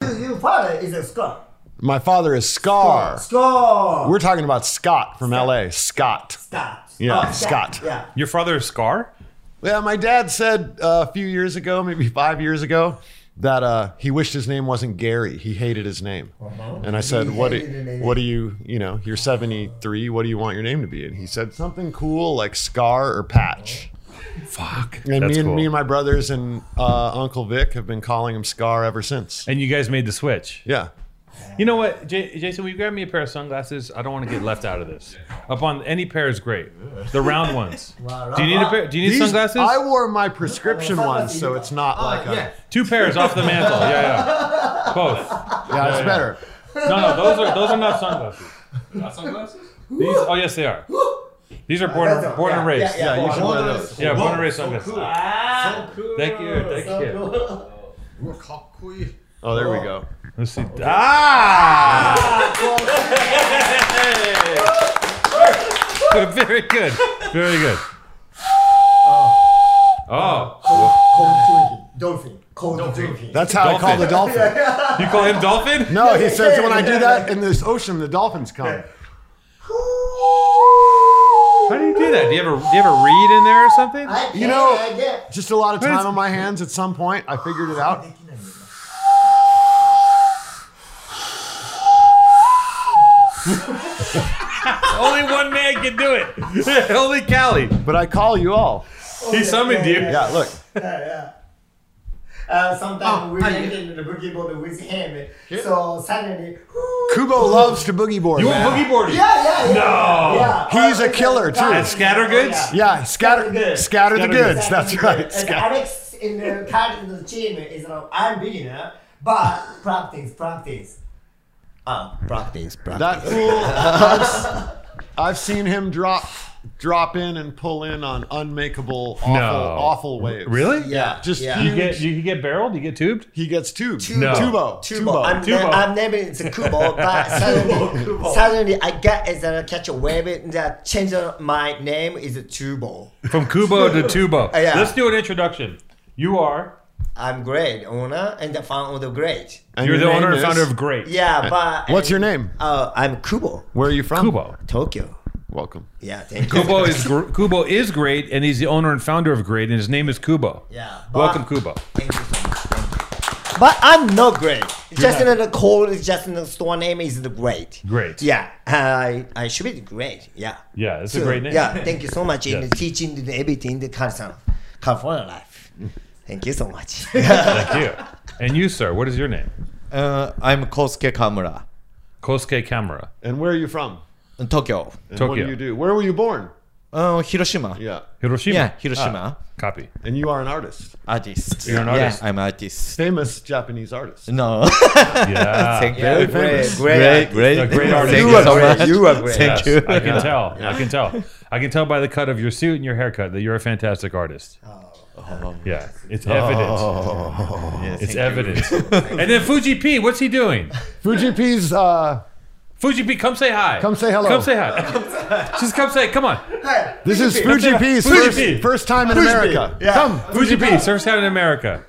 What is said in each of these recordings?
your father is a Scott. My father is Scar. Scott. We're talking about Scott from LA. Scott. Scott. Yeah, Oh, Scott. Yeah. Your father is Scar? Yeah, my dad said uh, a few years ago, maybe five years ago, that uh, he wished his name wasn't Gary. He hated his name. And I said, Uh-huh. He what, hated his do, name. what do you, you know, you're 73, what do you want your name to be? And he said something cool like Scar or Patch. Fuck. And, That's me and, cool. me and my brothers and uh, Uncle Vic have been calling him Scar ever since. And you guys made the switch. Yeah. You know what, J- Jason? Will you grab me a pair of sunglasses? I don't want to get left out of this. Up on any pair is great. The round ones. Wow, Do you need a wow. pair? Do you need These- sunglasses? I wore my prescription Oh, ones, so yeah. it's not like a. yeah. Yeah, Two pairs off the mantle. Yeah, yeah. Both. it's yeah. better. No, no, those are those are not sunglasses. Not sunglasses? These, oh yes, they are. These are born That's a- born and yeah, raised. Yeah, Yeah, you should wear Born and those. raised. Yeah, born and raised So sunglasses. cool. Ah. So cool. Thank you, thank you. Oh, there we go. Let's see. Ah! Very good. Very good. Oh, Cold drinking. Dolphin. Cold drinking. That's how I call the dolphin. you call him dolphin? No, he says when I do that in this ocean, the dolphins come. How do you do that? Do you have a do you have a reed in there or something? I You know- I get. Just a lot of But it's- time on my hands. At some point, I figured it out. Only one man can do it. Only Callie. But I call you all. He summoned you. Yeah, look. Yeah, yeah. Uh, Oh, sometimes we drinking the boogie board with him, so suddenly. Kubo loves to boogie board. You want man. boogie boarding? Yeah, yeah, yeah. No. Yeah. He's Uh, a killer, too. At Oh, Scattergoods? Yeah, scatter, Scatter the goods. scatter the Scatter goods. That's right. And Scatter. Alex in the cardinal team is like, I'm beginner, but practice, practice. Ah, practice, practice. That fool. I've, s- I've seen him drop, drop in and pull in on unmakeable, awful, awful waves. Really? yeah, Just yeah. You get you get barreled. You get tubed. He gets tubed. Tubo. Tubo. Tubo. I'm, Tubo. ne- I'm naming it Kubo, but suddenly, suddenly I get is that I catch a wave that change my name is Tubo. From Kubo to Tubo. Yeah. Let's do an introduction. You are. I'm great owner and the founder of the great. And You're your the name owner and is- founder of Great. Yeah, but What's your name? Uh, I'm Kubo, Where are you from? Kubo. Tokyo. Welcome. Yeah, thank you. Kubo is gr- Kubo is great, and he's the owner and founder of Great, and his name is Kubo. Yeah, but- Welcome, Kubo. Thank you so much. Thank you. But I'm not great. just in the call, just in the store name is the great. Great. Yeah, I I should be great. Yeah. Yeah, it's a So, great name. Yeah, thank you so much in Yeah. teaching the everything the Carson, California life. Thank you so much. Thank you. And you, sir, what is your name? Uh, I'm Kosuke Kamura, Kosuke Kamura, And where are you from? in Tokyo. And What Tokyo. do you do? Where were you born? Uh, Hiroshima. Yeah. Hiroshima. Yeah, Hiroshima. Ah, copy. And you are an artist. Artist. You're an artist. Yeah, I'm artist. Famous Japanese artist. No. Yeah. Thank you. famous. Great, A great, great artist. Thank You you are so great. much. You are great. Yes, Thank you. I can tell. I can tell. I can tell by the cut of your suit and your haircut that you're a fantastic artist. Yeah, it's evident. it's evident. and then Fuji P, what's he doing? Fuji P's, uh, Fuji P, come say hi. Come say hello. Come say hi. Just come say, come on. this is Fuji P's Fuji first, P. first time in America. Yeah. Come. Fuji P, surfs out in America.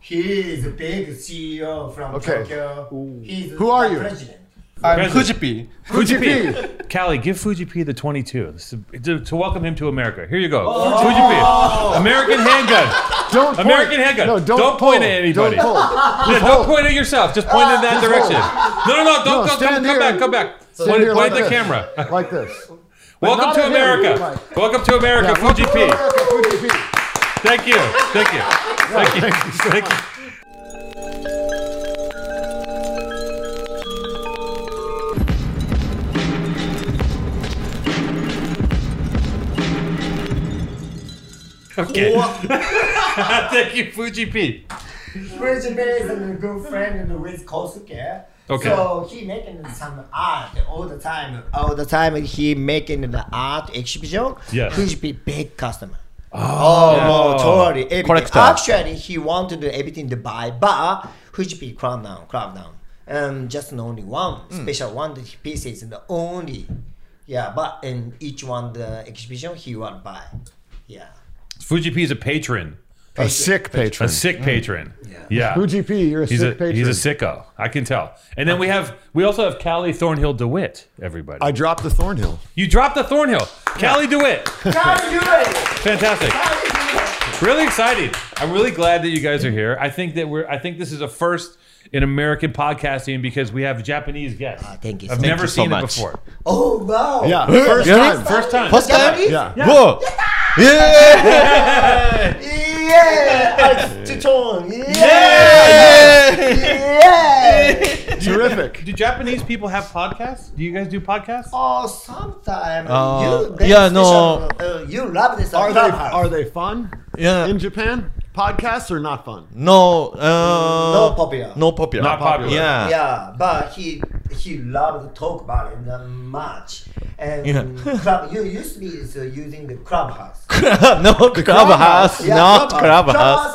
He is a big CEO from Okay. Tokyo. He's Who are the you? President. I'm President. Kujipi. Fuji P. Fuji Callie, give Fuji P the 22 This is- to, to welcome him to America. Here you go. Fuji P. American handgun. Don't Oh. point. American handgun. No, don't, Don't point pull. at anybody. Don't pull. Yeah, don't point at yourself. Just point in that direction. No, no, No, no. Don't go. Come, stand come here. back. Come back. Stand Point, here point at like this. the camera. Like this. Welcome not to at him. America. Like- Welcome to America, Fuji P. Fuji P. Thank you. Thank you. Thank you. Thank you. Okay. Thank you, Fuji P. President is a good friend with Kosuke. Okay. So he making some art all the time. All the time he making the art exhibition. Yes. He should be big customer. Oh, no, totally. Everything. Collector. Actually, he wanted everything to buy, but Fujipi crowd down, crowd down. Um, just only one special one that he pieces, the only. Yeah, but in each one the exhibition he will buy. Yeah. Fuji P is a patron a sick patron. a Mm. sick patron. Yeah. Fuji P, you're a He's sick a patron. he's a sicko. I can tell. And then we have we also have Callie Thornhill DeWitt. Everybody, I dropped the Thornhill. you dropped the Thornhill. Callie DeWitt, Gotta do it! fantastic. Gotta do it! Really excited. I'm really glad that you guys are here. I think that we're. I think this is a first in American podcasting because we have Japanese guests. Ah, thank you I've so never you so seen it much. before. Oh wow! Yeah, first Yeah. time. First time. First time? Daddy? Yeah. Whoa! Yeah! Yeah! It's Chichon! Yeah! Yeah! Yeah! Terrific. Do Japanese people have podcasts? Do you guys do podcasts? Oh, sometimes Uh, you they yeah, special, uh, you love this. Are they clubhouse. are they fun Yeah. in Japan? Podcasts are not fun. No, uh, no popular? No popular. Not popular. Yeah. Yeah, but he he loved to talk about it that much. And Yeah. club, you usually is uh, using the clubhouse. no, clubhouse, Yeah, not clubhouse.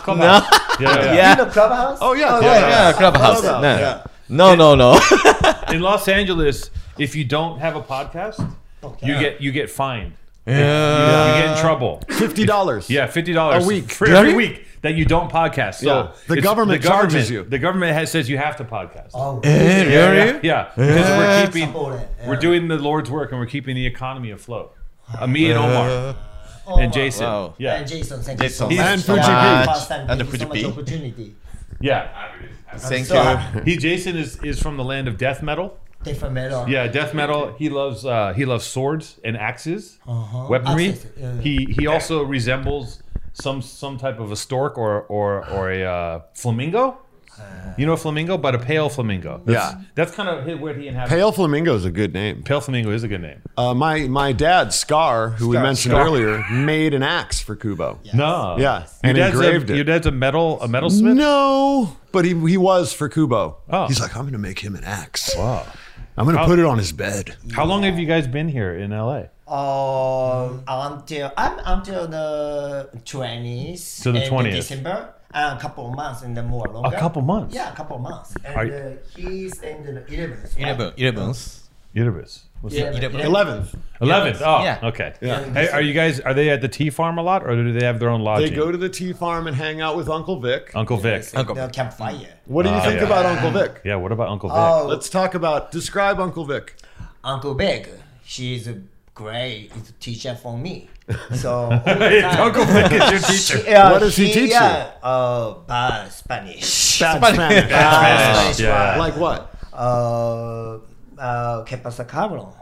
clubhouse. Clubhouse. Yeah, yeah. You Yeah. know clubhouse? Oh, yeah, Yeah, yeah, clubhouse. Clubhouse, No. yeah. no, no, no. In Los Angeles, if you don't have a podcast, Okay. you get you get fined. yeah. Uh, you get in trouble. Fifty dollars. Yeah, fifty dollars A week. for every Really? week that you don't podcast. So Yeah. The it's- government charges you. The government has, says you have to podcast. Oh, Eh, yeah, really? yeah, yeah. Because Yeah. we're keeping Support it, we're yeah. doing the Lord's work and we're keeping the economy afloat. Uh, me and Omar Uh. oh, and wow. Jason. Wow. Yeah, And Jason, thank Jason. you so much. And for Fuji that Beach. first time. And Thank the you so Fuji much Beach. opportunity. yeah. Thank so happy. you. He Jason is is from the land of death metal. Different metal. Yeah, death metal. He loves uh, he loves swords and axes, Uh-huh. weaponry. Axes, yeah. He he also resembles some some type of a stork or or or a uh, flamingo. You know a flamingo, but a pale flamingo. That's, Yeah. that's kind of hi- where he inhabits. Pale, Pale Flamingo is a good name. flamingo is a good name. Uh, my my dad Scar, who we Scar. mentioned Scar. earlier, made an axe for Kubo. Yeah, No. Your and dad's engraved a, it. Your dad's a metal a metalsmith. no, but he he was for Kubo. Oh. He's like, I'm gonna make him an axe. Wow. I'm gonna put it on his bed. How long have you guys been here in LA? Um, until I'm until the twentieth. To the 20th. December. Uh, a couple of months and then more longer. couple months? Yeah, a couple of months. And Are uh, you- he's in the eleventh. right? Eleven. Elevens. Yerbis. What's Yeah, that? Eleven. Eleventh. Eleventh. Oh, Yeah. okay. Yeah. Hey, are you guys are they at the tea farm a lot, or do they have their own They lodging? go to the tea farm and hang out with Uncle Vic. Uncle Vic. It's in Uncle. the campfire. What do you Ah, think Uh, yeah. about Uncle Vic? Yeah. What about Uncle Vic? Oh, Let's talk about describe Uncle Vic. Uncle Big. She's a great teacher for me. So all the time- Uncle Vic is your teacher. Yeah, What does he teach you? Yeah, uh, bad Spanish. Bad Spanish. Bad Spanish, yeah. Like what? Uh, uh, que pasa cabrón?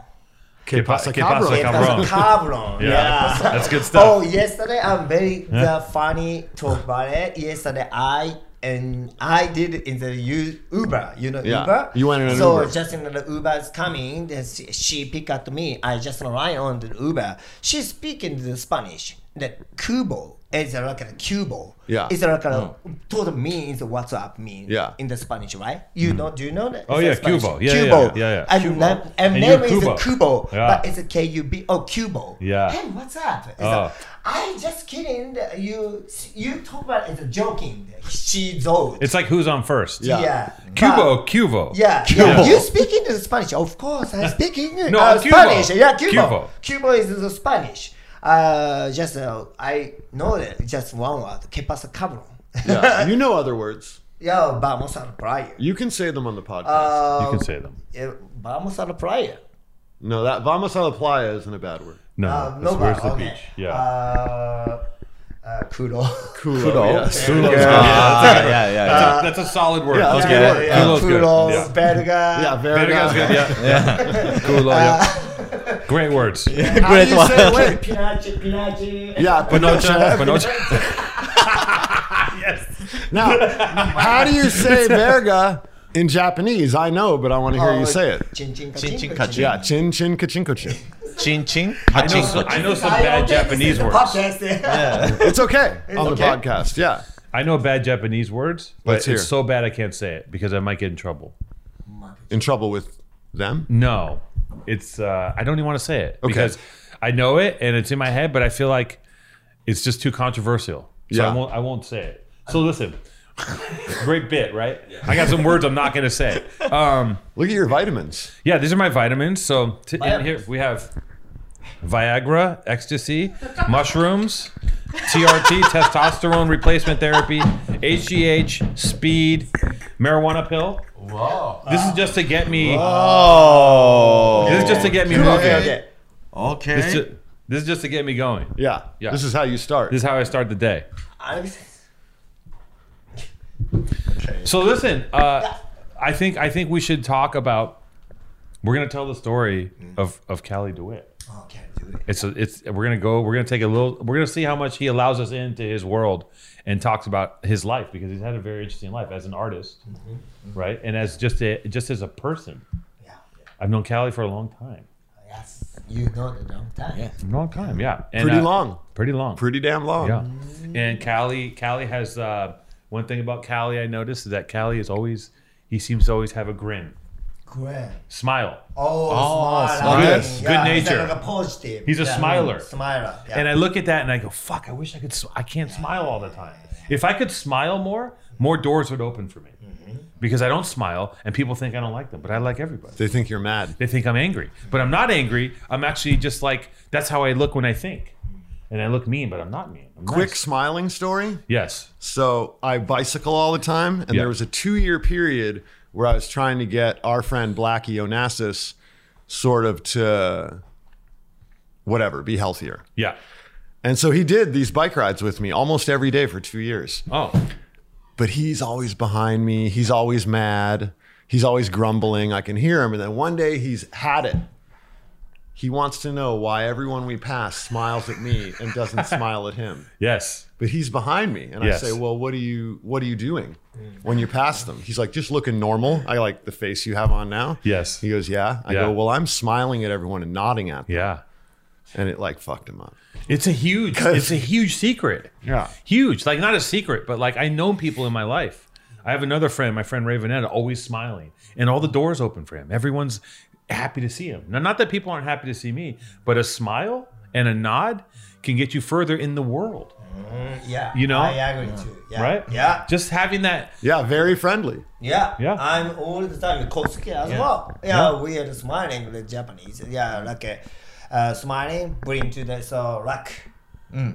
Que pasa, que pasa, Que pasa Cabrón. cabrón? Yeah, Yeah, that's good stuff. Oh, yesterday I'm very uh, funny talk about it. Yesterday I and I did in the U- Uber. You know Yeah, Uber. you went in an so Uber. just in the Uber is coming. Then she, she pick up me. I just rely on the Uber. She's speaking the Spanish. The cubo is like a cubo. Yeah. Oh. It's like a told me is what's up mean. Yeah. in the Spanish, right? You know? Do you know that? Oh, It's a yeah, Spanish. cubo. Yeah, yeah, cubo. yeah, yeah. And, na- and, And name you're is cubo. cubo, Yeah. but it's a K U B. Oh, cubo. Yeah. Hey, what's up? It's a, Oh. I just kidding. that You you talk about it's a joking. She's old. It's like who's on first? Yeah. yeah. Cubo, But- Cubo. Yeah, Cubo. yeah. you speak in the Spanish, of course. I speak in No, uh, Cubo. Spanish. Yeah, Cubo. Cubo. Cubo. is the Spanish. Uh, just uh, I know that just one word. Que pasa cabrón? Yeah. You know other words. yeah, vamos a la playa. You can say them on the podcast. You Uh, can say them. eh, vamos a la playa. no, that vamos a la playa isn't a bad word. No, Uh, that's- no, where's but- the okay. beach? Yeah. Uh, uh, kudo. Kulo. Kulo. Yeah. Culo's good. Ah, that's, a good yeah, word. yeah, That's, a, that's a solid word. Yeah, Let's that's get a good it. yeah. Culo's good. Kudo, Yeah. Berga. Yeah, very Very nice. good. good. Yeah. yeah. Culo, yeah. Great words. Great You say, one. wait. Pinachi, Pinachi. Yeah, Pinocha. Pinocha. Pinocha. Now, how do you say verga in Japanese? I know, but I want to Oh, hear you say it. Chin chin ka Chin, chin, ka ka, chin. Yeah, chin chin kachinko chin. Chin chin. I know, some, I know some bad Japanese words. It's okay on okay. the podcast. Yeah. I know bad Japanese words, but Let's hear. it's so bad I can't say it because I might get in trouble. In trouble with them? No, it's uh, I don't even want to say it Okay. because I know it and it's in my head, but I feel like it's just too controversial. So Yeah. I won't. I won't say it. So listen, great bit, right? I got some words I'm not gonna say. Um, Look at your vitamins. yeah, these are my vitamins. So t- in here Vitamins. we have Viagra, ecstasy, mushrooms, TRT, testosterone replacement therapy, HGH, speed, marijuana pill. Wow. This is just to get me. Oh. This is just to get me Okay, moving. okay. Okay. This, ju- this is just to get me going. Yeah. Yeah. This is how you start. This is how I start the day. I'm- So listen, uh, I think I think we should talk about. We're gonna tell the story of of Callie Dewitt. Oh, can't do it. It's a, it's we're gonna go. We're gonna take a little. We're gonna see how much he allows us into his world and talks about his life because he's had a very interesting life as an artist, right? And as just a just as a person. Yeah. yeah. I've known Callie for a long time. Yes. You know the long time. Yeah. Long time, yeah. And, Pretty uh, long. Pretty long. Pretty damn long. yeah. Mm. And Callie, Callie has uh, one thing about Callie I noticed is that Callie is always he seems to always have a grin, Great. smile. Oh, smile. Oh, smile. I mean, Yes. yeah, Good he's nature. Like a positive. He's a yeah. smiler. Smiler. Yeah. And I look at that and I go, fuck, I wish I could, sm- I can't smile all the time. If I could smile more, more doors would open for me. Mm-hmm. Because I don't smile and people think I don't like them, but I like everybody. They think you're mad. They think I'm angry, but I'm not angry. I'm actually just like, that's how I look when I think. And I look mean, but I'm not mean. I'm Quick nice. smiling story. Yes. So I bicycle all the time, and Yeah. there was a two-year period where I was trying to get our friend Blackie Onassis sort of to whatever, be healthier. Yeah. And so he did these bike rides with me almost every day for two years. Oh, But he's always behind me. He's always mad. He's always grumbling. I can hear him. And then one day he's had it. He wants to know why everyone we pass smiles at me and doesn't smile at him yes. but he's behind me and Yes. i say well what are you what are you doing when you pass them he's like just looking normal i like the face you have on now Yes. he goes yeah i Yeah. go well i'm smiling at everyone and nodding at them Yeah. and it like fucked him up It's a huge, it's a huge secret. yeah huge like not a secret but like i know people in my life i have another friend my friend ravenetta always smiling and all the doors open for him everyone's happy to see him now not that people aren't happy to see me but a smile and a nod can get you further in the world yeah. you know? I agree too. Yeah. right Yeah. just having that yeah very friendly Yeah. Yeah. I'm all the time Kosuke as Yeah. well. Yeah, we are smiling the Japanese. Yeah, like uh, uh, smiling bring to the so luck.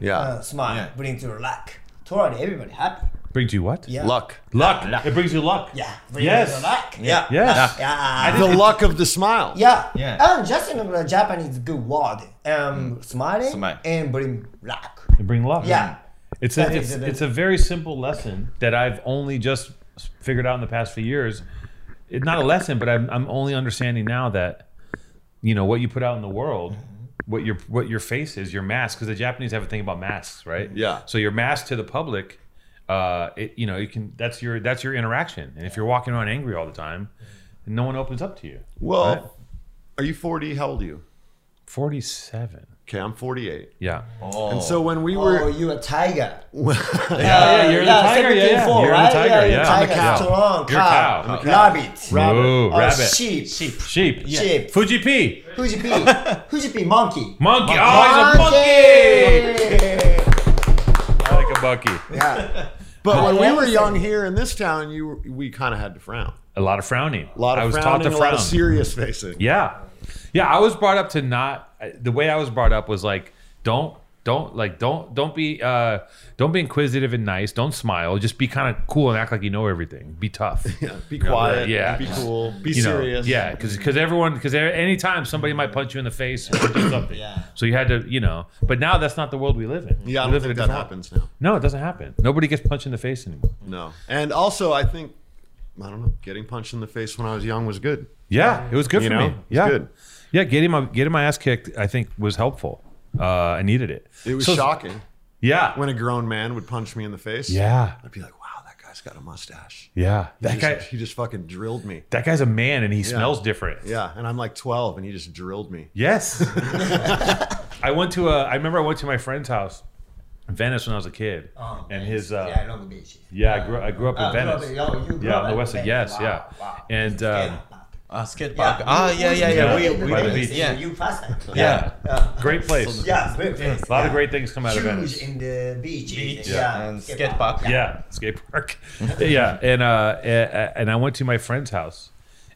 yeah Uh, smile Yeah. bring to luck. Totally everybody happy. brings you what Yeah. luck luck. it brings you luck Yeah. Bring Yes. To luck. Yeah. Yes. Luck. Yeah. the luck of the smile Yeah. Yeah. And just in the Japanese good word. Um, Mm. smiling Smile. and bring luck. it brings luck Yeah. It's a, That it's, is it. it's a very simple lesson that I've only just figured out in the past few years. It's not a lesson, but I'm, I'm only understanding now that, you know, what you put out in the world, what your what your face is, your mask, because the Japanese have a thing about masks, right? Yeah. So your mask to the public, uh, it you know you can that's your that's your interaction, and if you're walking around angry all the time, then no one opens up to you. well Right. are you 40 how old are you Forty seven. okay i'm 48 Yeah. Oh. and so when we Oh, were you a tiger. yeah, you're the tiger, yeah, yeah. 74, You're the right? tiger, yeah. Tiger, I'm a cow. strong, You're a cow, cow. I'm a rabbit, Ooh, uh, rabbit. sheep, sheep, Sheep. Sheep. Fuji P. who's be, who's be, monkey, Monkey. Oh, he's a monkey. I like a monkey. yeah but when we Yeah. were young here in this town you were, we kind of had to frown A lot of frowning. a lot of I was frowning, taught to a lot frown. of serious facing yeah, yeah. I was brought up to not. I- The way I was brought up was like, don't, don't, like, don't, don't be, uh, don't be inquisitive and nice. Don't smile. Just be kind of cool and act like you know everything. Be tough. Yeah, be quiet. yeah. Be cool. Be You know, serious. yeah, because everyone because anytime somebody might punch you in the face or do something, Yeah. so you had to you know. But now that's not the world we live in. Yeah, I don't we live in think a that different- happens now. No, it doesn't happen. Nobody gets punched in the face anymore. No. And also, I think, I don't know, getting punched in the face when I was young was good. Yeah, it was good You for know, me. it's Yeah, good. yeah. Getting my getting my ass kicked, I think, was helpful. Uh, I needed it. It was So- shocking Yeah, when a grown man would punch me in the face. yeah, I'd be like, wow, that guy's got a mustache. yeah. He just- That guy, he just fucking drilled me. that guy's a man, and he smells different. Yeah. And I'm like 12 and he just drilled me. Yes. I went to a. I remember I went to my friend's house, in Venice, when I was a kid, Oh, and his. yeah, Uh, Long Beach. yeah, I grew. I grew up in Uh, grew up- Venice. oh, you grew yeah, up on the in west side. Venice. Yes, Wow, yeah. wow. And uh, Ah, skate yeah, park. Ah, yeah, yeah, yeah. Yeah. We, we, By the we beach. yeah. You pass that. Yeah. Yeah. great place. Yeah, great place. A lot of yeah. great things come out of Venice. Huge in the beach. Beach. Yeah. And skate park. yeah skate park yeah and uh a- a- and i went to my friend's house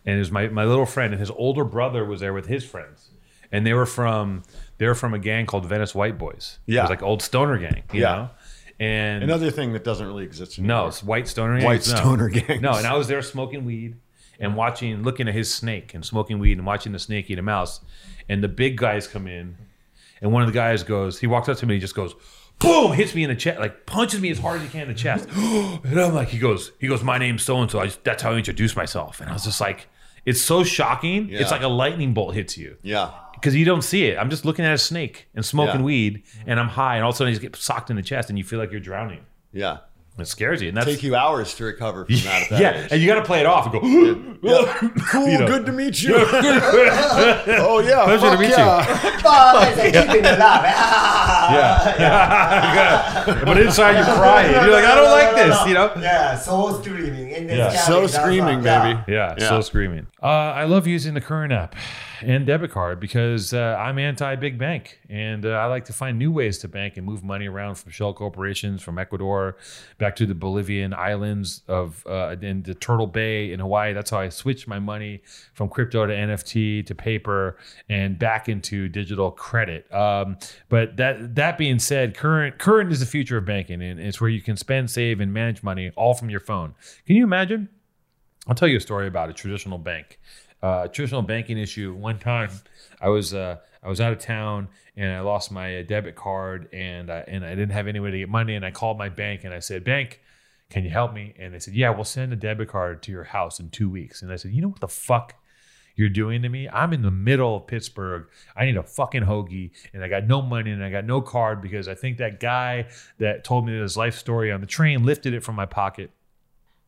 and it was my my little friend and his older brother was there with his friends and they were from they were from a gang called Venice White Boys. It Yeah. was like old stoner gang. You Yeah. know, and Another thing that doesn't really exist. no, anymore. it's white stoner gangs. White no. stoner gangs. No, and I was there smoking weed and watching, looking at his snake and smoking weed and watching the snake eat a mouse. And the big guys come in, and one of the guys goes, he walks up to me, he just goes, boom, hits me in the chest, like punches me as hard as he can in the chest. and I'm like, he goes, he goes, my name's so and so. That's how I introduce myself. And I was just like, it's so shocking. Yeah. It's like a lightning bolt hits you Yeah. because you don't see it. I'm just looking at a snake and smoking Yeah. weed, and I'm high, and all of a sudden you just get socked in the chest, and you feel like you're drowning. Yeah. It scares you, and that's Take you hours to recover from that. At that yeah, age. and you got to play it off and go. Cool. You know. Good to meet you. oh yeah. Pleasure to fuck meet you. yeah. you. But it's like keeping it alive. Ah. Yeah. but inside you're crying. You're like, I don't like this. You know. Yeah, so screaming in the Yeah. sky, So blah, blah, screaming, blah. baby. Yeah, Yeah. still screaming. Uh, I love using the current app and debit card because uh, I'm anti big bank, and uh, I like to find new ways to bank and move money around from shell corporations from Ecuador back to the Bolivian islands of uh, in the Turtle Bay in Hawaii. That's how I switched my money from crypto to NFT to paper and back into digital credit. Um, but that that being said, current current is the future of banking, and it's where you can spend, save, and manage money all from your phone. Can you imagine? I'll tell you a story about a traditional bank, uh, a traditional banking issue. One time, I was uh, I was out of town and I lost my uh, debit card and I, and I didn't have any way to get money. And I called my bank and I said, "Bank, can you help me?" And they said, "Yeah, we'll send a debit card to your house in two weeks." And I said, "You know what the fuck?" You're doing to me. I'm in the middle of Pittsburgh. I need a fucking hoagie, and I got no money, and I got no card because I think that guy that told me his life story on the train lifted it from my pocket.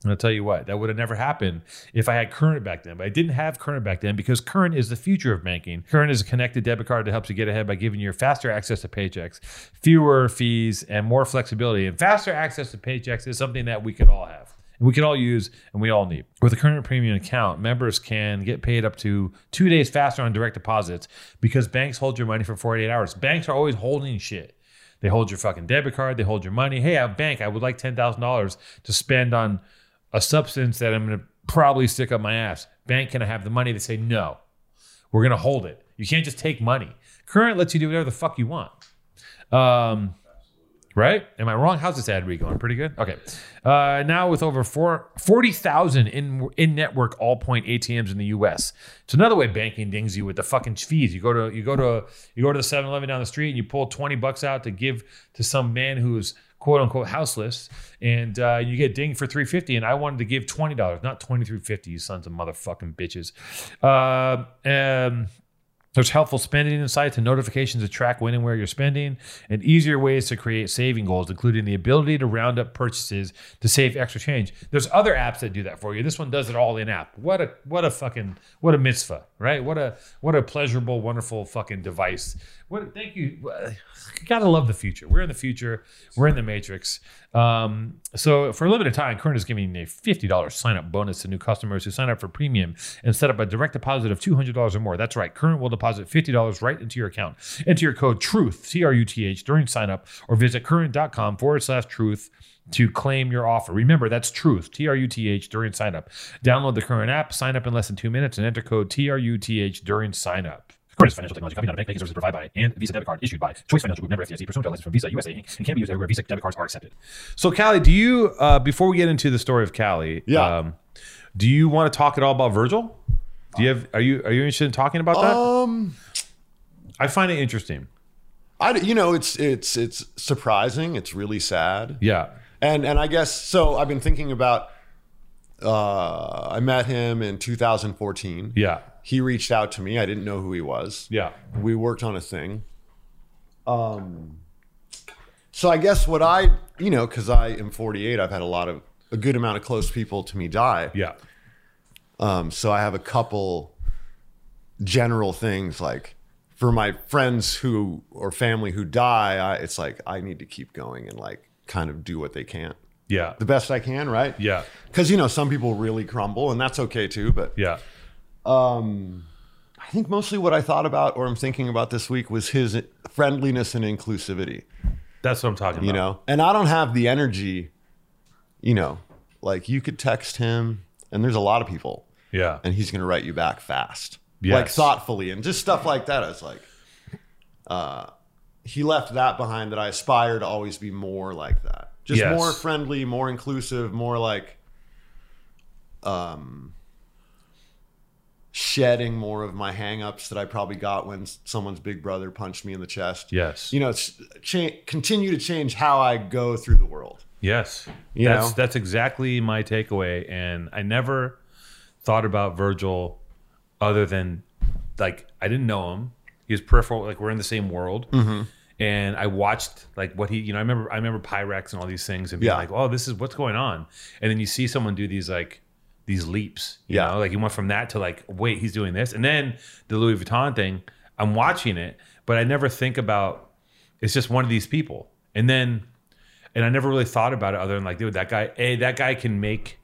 And I'll tell you what, that would have never happened if I had current back then. But I didn't have current back then because current is the future of banking. Current is a connected debit card that helps you get ahead by giving you faster access to paychecks, fewer fees, and more flexibility. And faster access to paychecks is something that we could all have. And we could all use and we all need. With a current premium account, members can get paid up to two days faster on direct deposits because banks hold your money for 48 hours. Banks are always holding shit. They hold your fucking debit card. They hold your money. Hey, I bank. I would like ten thousand dollars to spend on a substance that I'm going to probably stick up my ass. Bank, can I have the money? They say no. We're going to hold it. You can't just take money. Current lets you do whatever the fuck you want. Um, right? Am I wrong? How's this ad read going? Pretty good. Okay. Uh, now with over four, 40,000 in in network all point ATMs in the U.S. It's another way banking dings you with the fucking fees. You go to you go to you go to the 7-Eleven down the street and you pull twenty bucks out to give to some man who's quote unquote houseless, and uh, you get dinged for three fifty. And I wanted to give twenty dollars, not twenty three fifty. You sons of motherfucking bitches. Uh, um, there's helpful spending insights and notifications to track when and where you're spending, and easier ways to create saving goals, including the ability to round up purchases to save extra change. There's other apps that do that for you. This one does it all in app. What a what a fucking what a mitzvah, right? What a what a pleasurable, wonderful fucking device. What thank you. Uh, You gotta love the future. We're in the future. We're in the matrix. Um, so for a limited time, Current is giving a fifty dollars sign up bonus to new customers who sign up for premium and set up a direct deposit of two hundred dollars or more. That's right. Current will deposit fifty dollars right into your account. Enter your code TRUTH C R U T H during sign up or visit current.com forward slash truth to claim your offer. Remember, that's truth, T R U T H during sign up. Download the current app, sign up in less than two minutes, and enter code T R U T H during sign up. Current is a financial technology company, not a bank. Banking services provided by and Visa debit card issued by Choice Financial Group, member FDIC, pursuant to a license from Visa USA Inc. and can be used everywhere Visa debit cards are accepted. So, Callie, do you, uh, before we get into the story of Callie, Yeah. um, do you want to talk at all about Virgil? Do you have, are you, are you interested in talking about that? Um. I find it interesting. I, d- you know, it's it's it's surprising. It's really sad. Yeah. And and I guess so. I've been thinking about. Uh, I met him in 2014. Yeah. He reached out to me. I didn't know who he was. Yeah. We worked on a thing. Um. So I guess what I you know because I am 48, I've had a lot of a good amount of close people to me die. Yeah. Um, so I have a couple general things like for my friends who or family who die, I, it's like I need to keep going and like kind of do what they can, Yeah. the best I can, right? Yeah. Because you know some people really crumble, and that's okay too. But Yeah. I think mostly what I thought about or I'm thinking about this week was his friendliness and inclusivity. That's what I'm talking you about. know and i don't have the energy you know like you could text him and there's a lot of people Yeah. and he's going to write you back fast like Yes. thoughtfully and just stuff like that. It's like, uh, he left that behind that I aspire to always be more like that, just Yes. more friendly, more inclusive, more like, um, shedding more of my hangups that I probably got when s- someone's big brother punched me in the chest. Yes. you know, it's cha- continue to change how I go through the world. Yes. You that's know? that's exactly my takeaway. And I never thought about Virgil other than like I didn't know him. He was peripheral, like we're in the same world. Mm-hmm. And I watched like what he, you know, I remember I remember Pyrex and all these things and being Yeah. like, oh, this is what's going on. And then you see someone do these like these leaps. You Yeah. know, like you went from that to like, wait, he's doing this. And then the Louis Vuitton thing, I'm watching it, but I never think about it's just one of these people. And then and I never really thought about it other than like, dude, that guy, a that guy can make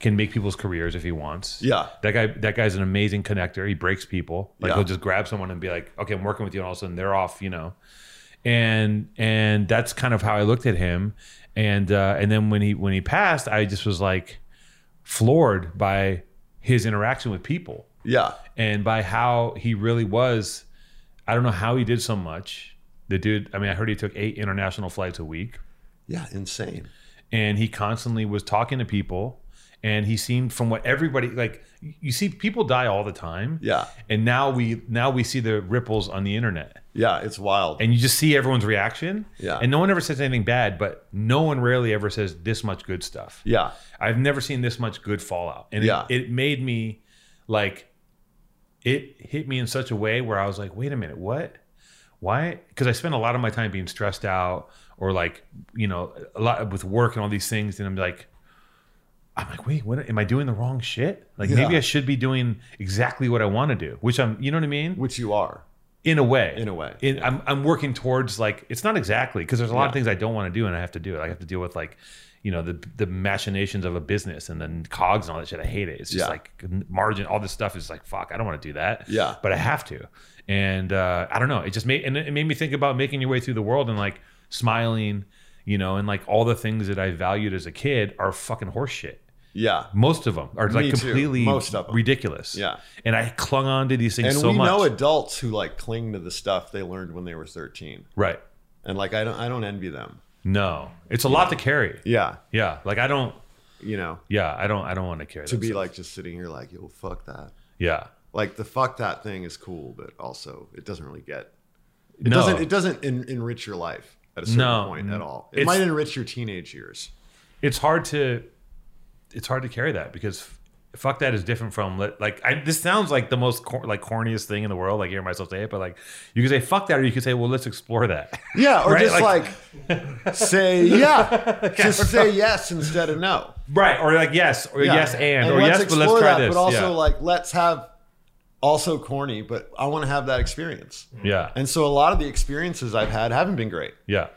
can make people's careers if he wants. Yeah. that guy, that guy's an amazing connector. He breaks people. Like Yeah. he'll just grab someone and be like, okay, I'm working with you, and all of a sudden they're off, you know. And and that's kind of how I looked at him. And uh, and then when he when he passed, I just was like floored by his interaction with people Yeah, and by how he really was. I don't know how he did so much. The dude, I mean, I heard he took eight international flights a week yeah, insane. and he constantly was talking to people and he seemed from what everybody like you see people die all the time Yeah. and now we now we see the ripples on the internet Yeah, it's wild. and you just see everyone's reaction Yeah. and no one ever says anything bad but no one rarely ever says this much good stuff yeah, I've never seen this much good fallout. And it- Yeah. it, made me like it hit me in such a way where I was like, wait a minute, what? Why? Because I spend a lot of my time being stressed out or like, you know, a lot with work and all these things. And I'm like, I'm like, wait, what am I doing the wrong shit? Like Yeah. maybe I should be doing exactly what I want to do, which I'm, you know what I mean? which you are. In a way. In a way, In, I'm, I'm working towards like, it's not exactly because there's a lot of Yeah. things I don't want to do and I have to do it. I have to deal with like, you know, the, the machinations of a business and then cogs and all that shit. I hate it. It's just Yeah. like margin, all this stuff is like, fuck, I don't want to do that. Yeah. But I have to. And uh, I don't know. It just made, and it made me think about making your way through the world and like smiling, you know, and like all the things that I valued as a kid are fucking horseshit. Yeah, Most of them are like Me too. completely Most of 'em. ridiculous. Yeah. And I clung on to these things and so we much. know adults who like cling to the stuff they learned when they were 13 Right. and like i don't i don't envy them No, it's a lot to carry. yeah Yeah, like I don't. you know Yeah, I don't. I don't want to carry to that be stuff. like just sitting here like yo fuck that Yeah, like the fuck that thing is cool but also it doesn't really get it No. doesn't it doesn't en- enrich your life at a certain No. point at all it It's- might enrich your teenage years it's hard to. It's hard to carry that because f- fuck that is different from li- like I, this sounds like the most cor- like corniest thing in the world. Like hearing myself say it, but like you can say fuck that, or you can say well let's explore that. yeah or Right, just like, like- say yeah just say yes instead of no right, or like yes, or Yeah. yes and, or yes, but let's explore try that, this. but also yeah. like let's have also corny but i want to have that experience yeah, And so a lot of the experiences I've had haven't been great. yeah,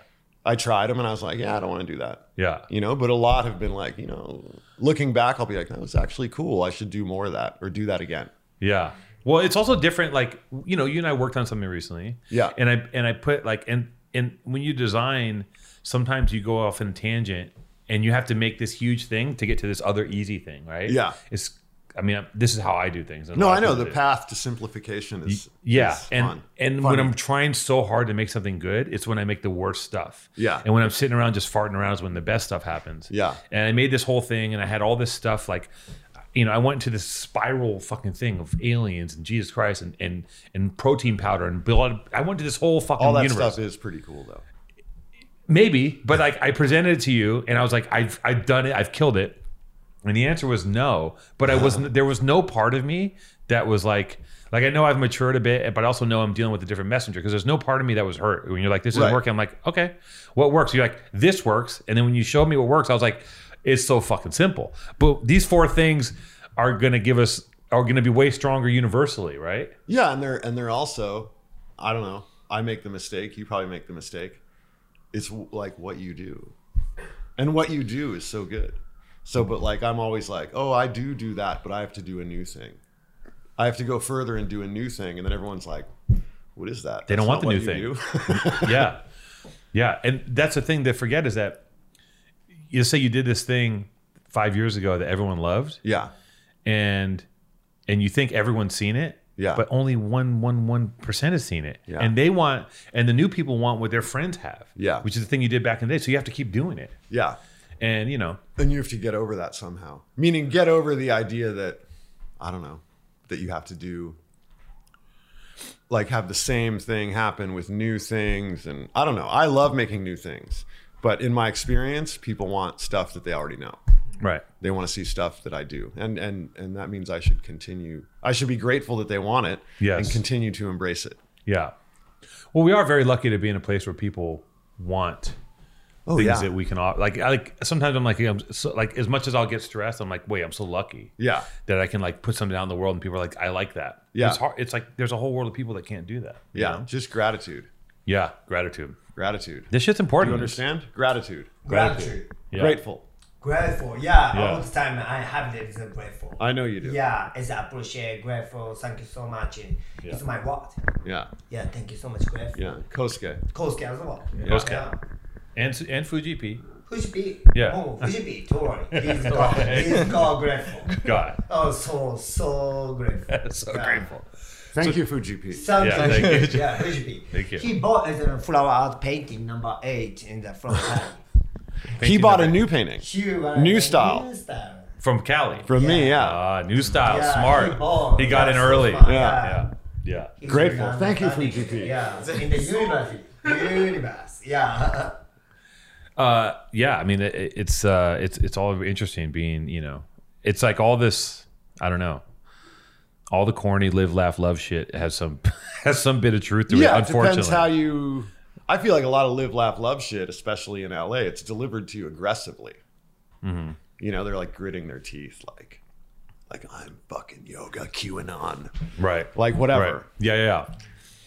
I tried them and I was like, yeah, I don't want to do that. yeah, You know, but a lot have been like, you know, looking back, I'll be like, that was actually cool. I should do more of that or do that again. Yeah. Well, it's also different. Like you know, you and I worked on something recently. Yeah. And I and I put like and and when you design, sometimes you go off in a tangent, and you have to make this huge thing to get to this other easy thing, right? Yeah. It's. I mean, I'm- this is how I do things. and a No, lot I of know people the do. path to simplification is Yeah, is and fun. and Funny. when I'm trying so hard to make something good, it's when I make the worst stuff. Yeah. and when I'm sitting around just farting around is when the best stuff happens. Yeah. and I made this whole thing, and I had all this stuff like, you know, I went into this spiral fucking thing of aliens and Jesus Christ and and and protein powder and blood. I went to this whole fucking all that universe. stuff is pretty cool though. Maybe, but like I presented it to you, and I was like, I've I've done it, I've killed it, and the answer was no. But I wasn't. there was no part of me that was like, like I know I've matured a bit, but I also know I'm dealing with a different messenger because there's no part of me that was hurt. When you're like, this isn't Right. working, I'm like, okay, what works? You're like, this works, and then when you showed me what works, I was like, it's so fucking simple. But these four things are gonna give us are gonna be way stronger universally, right? Yeah, and they're and they're also, I don't know. I make the mistake. You probably make the mistake. It's w- like what you do, and what you do is so good. So, but like I'm always like, oh, I do do that, but I have to do a new thing. I have to go further and do a new thing, and then everyone's like, what is that? They don't That's want not the what new you do. yeah yeah and that's the thing they forget is that you say you did this thing five years ago that everyone loved yeah, and and you think everyone's seen it Yeah. But only one one one percent has seen it. Yeah. And they want and the new people want what their friends have. Yeah. Which is the thing you did back in the day. So you have to keep doing it. Yeah. And you know, And you have to get over that somehow. Meaning, get over the idea that, I don't know, that you have to do, like, have the same thing happen with new things. And I don't know. I love making new things. But in my experience, people want stuff that they already know. right. They want to see stuff that I do. And, and, and that means I should continue. I should be grateful that they want it Yes. and continue to embrace it. Yeah. Well, we are very lucky to be in a place where people want Oh, things that we can offer. Like, I like sometimes I'm like, I'm so, like as much as I'll get stressed, I'm like, wait, I'm so lucky yeah. that I can like put something out in the world, and people are like, I like that. Yeah. It's hard. It's like there's a whole world of people that can't do that. you Yeah. know? Just gratitude. Yeah. Gratitude. Gratitude. This shit's important. You understand? Gratitude. Gratitude. Yeah. Grateful. Grateful. Yeah, Yeah. All the time I have it is grateful. I know you do. yeah, it's appreciate, grateful. Thank you so much. And It's my what? Yeah. Yeah, thank you so much, grateful. Yeah. Kosuke. Kosuke as well. Kosuke. Yeah. And and Fujipi. Fujibi. Yeah. Oh, Fujibi, totally. He's God. He's God grateful. God. Oh, so, so grateful. so Yeah. grateful. Thank you, Fuji Pete. Thank Yeah, you. thank you. Yeah, Fujibi. Thank you. He bought as a flower art painting number eight in the front line. He Painting bought a number- new painting He was New a style. New style. from Cali. from me. Yeah. Ah, new style, Yeah, smart. He, bought- got in yeah, so early. smart. Yeah. Yeah. Yeah. He's Grateful. done Thank you, funny. Fujibi. Yeah, in the universe. Universe. Yeah. Uh, yeah, I mean, it, it's uh, it's it's all interesting. Being, you know, it's like all this. I don't know. All the corny live, laugh, love shit has some has some bit of truth to Yeah. it. It depends Unfortunately, how you. I feel like a lot of live, laugh, love shit, especially in LA, it's delivered to you aggressively. Mm-hmm. You know, they're like gritting their teeth, like, like I'm fucking yoga QAnon, right? like right. whatever. Yeah, yeah, yeah.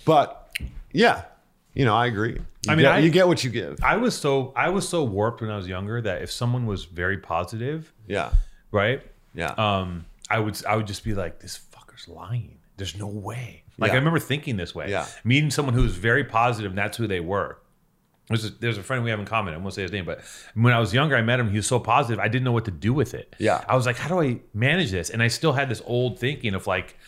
But yeah, you know, I agree. You I mean, get- I- you get what you give. I was so I was so warped when I was younger that if someone was very positive, Yeah. right? Yeah. um, I would I would just be like, this fucker's lying. There's no way. Like Yeah. I remember thinking this way. Yeah. Meeting someone who was very positive, and that's who they were. There's a, there's a friend we have in common. I won't say his name, but when I was younger, I met him. He was so positive. I didn't know what to do with it. Yeah. I was like, how do I manage this? And I still had this old thinking of like,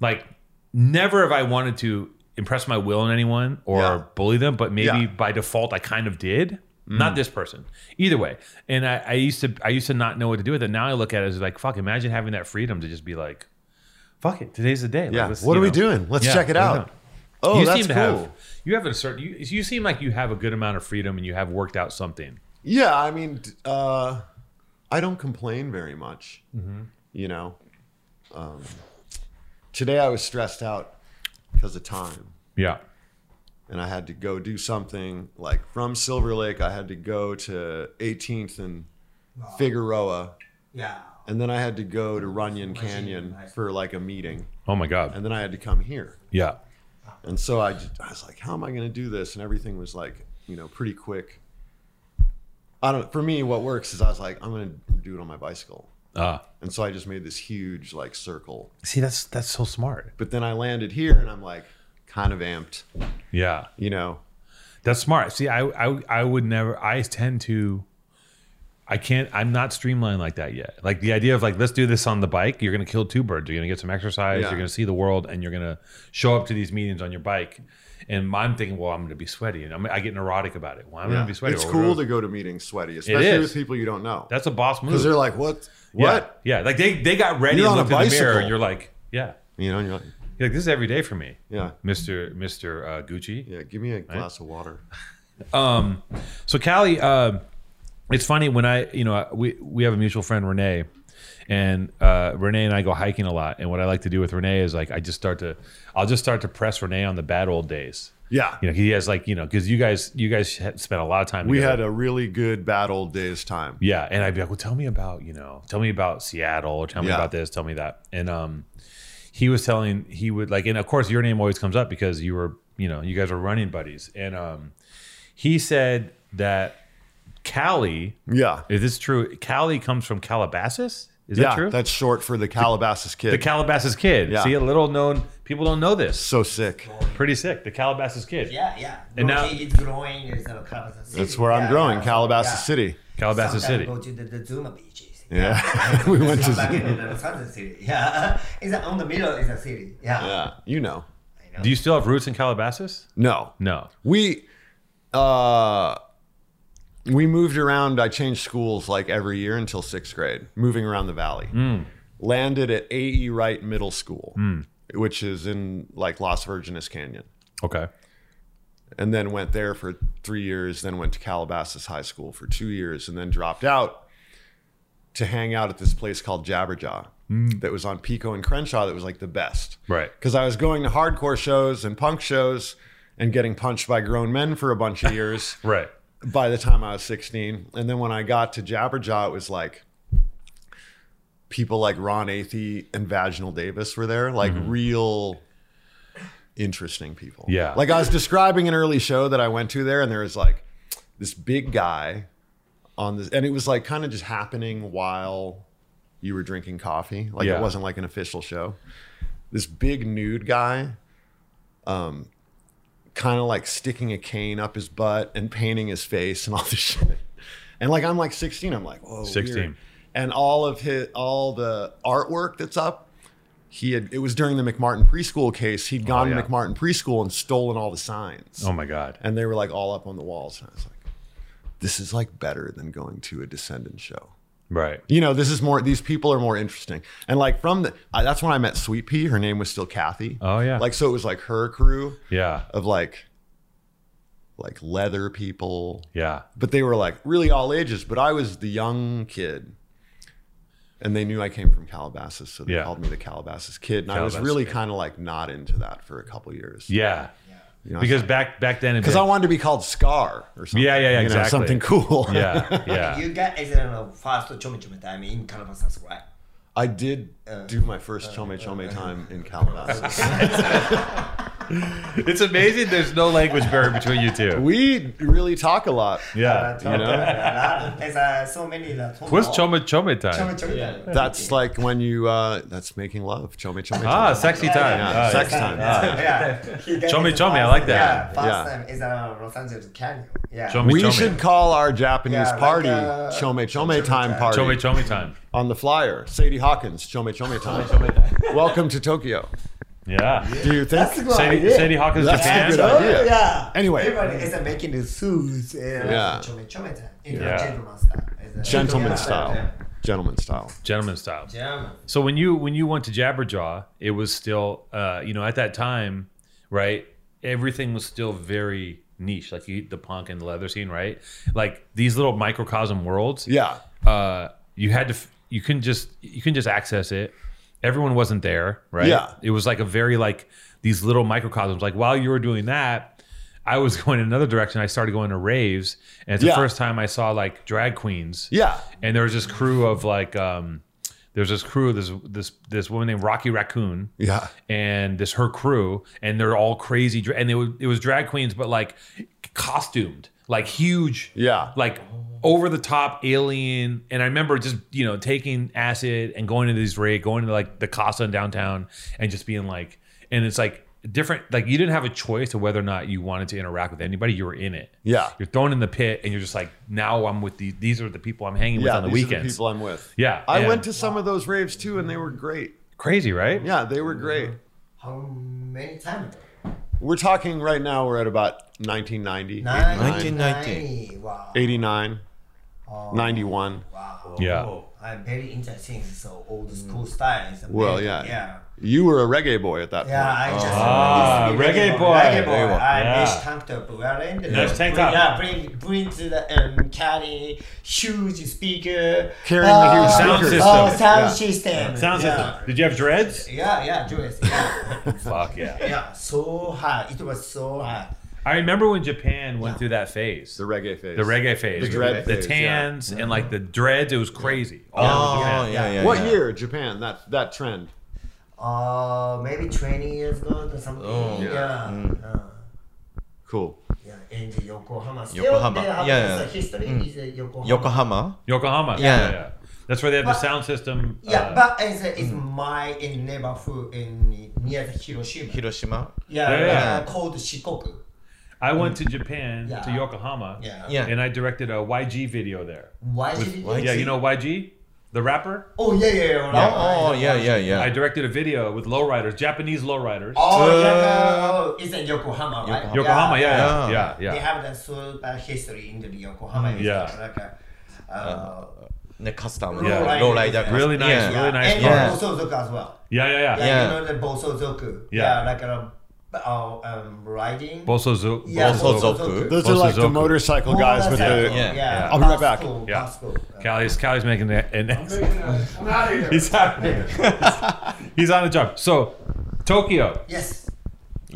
like never have I wanted to impress my will on anyone or Yeah. bully them, but maybe Yeah. Mm. by default I kind of did. Not this person. Either way. And I, I used to I used to not know what to do with it. Now I look at it as like, fuck, imagine having that freedom to just be like, fuck it, today's the day. Like, Yeah. let's- what you are we know. doing? Let's Yeah, check it what are we out. doing? Oh, you that's seem to cool. have you have a certain you, you seem like you have a good amount of freedom and you have worked out something. Yeah, I mean, d- uh, I don't complain very much. You know, um, today I was stressed out because of time, Yeah. and I had to go do something. Like from Silver Lake, I had to go to 18th and Figueroa, Yeah. and then I had to go to Runyon Canyon for like a meeting, Oh my God. and then I had to come here. Yeah. And so I, just, I was like, how am I going to do this? And everything was like, you know, pretty quick. I don't. For me, what works is I was like, I'm going to do it on my bicycle. Uh, And so I just made this huge like circle. see, that's that's so smart. But then I landed here, and I'm like, kind of amped, Yeah. you know. That's smart. See, I, I I would never. I tend to. I can't. I'm not streamlined like that yet. Like the idea of like let's do this on the bike. You're gonna kill two birds. You're gonna get some exercise. Yeah. You're gonna see the world, and you're gonna show up to these meetings on your bike. And I'm thinking, well, I'm gonna be sweaty, and I'm, I get neurotic about it. Well, I'm Yeah. gonna be sweaty. It's Or- cool to go to meetings sweaty, especially is. with people you don't know, That's a boss move. because they're like, what, Yeah. what, Yeah. Like they they got ready You're and on a looked in the mirror, bicycle. and you're like, yeah. you know. And you're like, You're like this is every day for me, yeah, Mister Mister uh, Gucci. yeah. Give me a glass of water. Um, so Callie, um, it's funny when I, you know, we we have a mutual friend Renee, and uh, Renee and I go hiking a lot. And what I like to do with Renee is like I just start to, I'll just start to press Renee on the bad old days. Yeah. You know, he has like you know because you guys you guys had spent a lot of time. We together. had a really good bad old days time. Yeah, and I'd be like, "Well, tell me about you know, tell me about Seattle, or tell me Yeah. about this, tell me that." And um, he was telling he would like, and of course, your name always comes up because you were you know you guys were running buddies, and um, he said that Cali, Yeah, if this is true, Cali comes from Calabasas. Is yeah. that true? That's short for the Calabasas kid. the Calabasas kid. Yeah. See, a little known people don't know this. so sick. Pretty sick. The Calabasas kid. Yeah, yeah. And now- Growing is growing. Is a Calabasas City. That's where I'm Yeah, growing, yeah, Calabasas yeah. City. Calabasas Sometimes City. Go to the, the Zuma beaches. Yeah, we went It's to. not back in the southern city. Yeah, it's on the middle is a city. Yeah. Yeah, you know. Do you still have roots in Calabasas? No, No. we uh we moved around i changed schools like every year until sixth grade moving around the valley landed at ae wright middle school which is in like las virgenes canyon Okay. and then went there for three years then went to calabasas high school for two years and then dropped out to hang out at this place called jabberjaw that was on pico and crenshaw that was like the best Right. because I was going to hardcore shows and punk shows and getting punched by grown men for a bunch of years Right. by the time I was 16. And then when I got to Jabberjaw, it was like people like Ron Athey and Vaginal Davis were there, like Mm-hmm. real interesting people. Yeah. Like I was describing an early show that I went to there, and there was like this big guy on this, and it was like kind of just happening while you were drinking coffee. Like Yeah. it wasn't like an official show. This big nude guy kind of like sticking a cane up his butt and painting his face and all this shit. And like I'm like 16, I'm like, whoa, 16. weird. And all of his all the artwork that's up, he had it was during the McMartin preschool case. He'd gone Oh, yeah. to McMartin preschool and stolen all the signs. Oh my God. And they were like all up on the walls. And I was like, this is like better than going to a descendant show. Right. You know, this is more, these people are more interesting. And like from the, I, that's when I met Sweet Pea. Her name was still Kathy. Oh, yeah. Like, so it was like her crew Yeah. of like like leather people Yeah. but they were like really all ages but i was the young kid and they knew i came from calabasas so they Yeah. called me the calabasas kid and i Calabasas was really kid. kind of like not into that for a couple years Yeah. You know, Because back back then, because i wanted to be called scar or something Yeah, yeah, yeah, you know, exactly. something cool Yeah. Yeah. You got is I don't know first chome chome time in Calabasas, right? i did uh, do my first chome chome time in calabasas uh, it's amazing. There's no language barrier between you two. we really talk a lot Yeah. But, You know. uh, there's uh, so many. Uh, What's chome chome time? Chome chome Yeah. time. that's like when you uh that's making love chome chome Ah, chome. sexy Yeah, time. yeah, yeah, Ah, sex yeah. time. Ah. yeah. He got Chome his chome, I first- like that. Yeah, first Yeah. time is uh, Los Angeles Canyon. Yeah. Chome- We should call our Japanese Yeah, like, party uh, Chome Chome Time time. Party Chome chome time. on the flyer. Sadie Hawkins, Chome Chome Time. Welcome to Tokyo. Yeah. Do you think? That's a good Sadie, idea. Sadie Hawkins That's a Japan. good Oh, idea. Yeah. Anyway. Everybody is uh, making the suits. And Yeah. yeah. Chome chome time. You know, Yeah. Gentleman style. It's a- Gentleman Yeah. style. Gentleman style. Gentleman style. Gentleman. So when you when you went to Jabberjaw, it was still uh, you know at that time, right? Everything was still very niche, like you, the punk and the leather scene, right? Like these little microcosm worlds. Yeah. Uh, you had to f- you couldn't just you couldn't just access it. Everyone wasn't there, right? Yeah. It was like a very like these little microcosms. Like while you were doing that, I was going in another direction. I started going to raves, and it's Yeah. the first time I saw like drag queens Yeah. and there was this crew of like um there's this crew this this this woman named Rocky Raccoon Yeah. and this her crew and they're all crazy dra- and they were, it was drag queens but like costumed like huge Yeah. like over the top alien and i remember just you know taking acid and going to these rig going to like the casa in downtown and just being like and it's like different like you didn't have a choice of whether or not you wanted to interact with anybody you were in it Yeah. you're thrown in the pit and you're just like now i'm with these these are the people i'm hanging with Yeah. on the these are weekends people I'm with. yeah I and- went to some of those raves too, and they were great. crazy right Yeah, they were great. How many times? We're talking right now, we're at about 1990, 89, 1990. Wow. 89, Oh. 91. Wow. yeah I'm very interesting. So old school style. Is Well, amazing. yeah. Yeah. You were a reggae boy at that point. Yeah, I just Ah, used to be reggae boy. Reggae boy. Reggae boy. I Yeah. miss tank top. Wearing Nice tank top. Yeah, bring bring to the um, carry huge speaker. Carrying the huge Sound speakers. system. Oh, sound Yeah. system. sounds yeah. like did you have dreads Yeah, yeah, Jewish. Yeah. fuck yeah yeah, so hard. It was so hard. i remember when japan went through that phase The reggae phase. the reggae phase, The dread phase, yeah. tans, and like the dreads. It was crazy. Oh, over yeah, Japan. yeah, yeah. What year, Japan? That that trend. Uh, maybe 20 years ago or something. Oh. yeah. Yeah. Uh, Cool. yeah. And the Yokohama. Still Yokohama. They have Yeah, this, yeah. uh, history is uh, Yokohama. Yokohama. Yokohama. Yeah. That's where they have the But- sound system. Yeah, uh, but it's, uh, it's my in neighborhood in near the Hiroshima. Hiroshima. yeah, Yeah, yeah. Uh, called Shikoku. I went to Japan Yeah. to Yokohama, Yeah. Yeah. and I directed a YG video there. Why With- did it? why Yeah, you know YG. the rapper. Oh yeah, yeah, yeah. Yeah. Oh, yeah, yeah, I yeah. directed a video with lowriders, Japanese lowriders. Oh, Uh, yeah, yeah. Oh, it's in Yokohama, right? Yokohama. Yokohama, yeah, yeah, Yeah. yeah, yeah. They have that super history in the Yokohama. It's Yeah. Like a, uh, The custom. Yeah. Yeah. Low rider. Yeah. Really nice, Yeah. really nice and Yeah. Bosozoku as well. yeah, yeah, yeah. Yeah, Yeah. you know the Bosozoku. Yeah. yeah like a uh, um, riding. Boso Zo- Yeah, Boso Bosozoku. Zo- Those Bosozoku. are like the motorcycle guys Oh, with that's the. it. Yeah. yeah. I'll be right back. Pasco, Yeah. Pasco. Callie's, Callie's making an, an exit. I'm out of here. He's out here. He's on the job. So, Tokyo. Yes.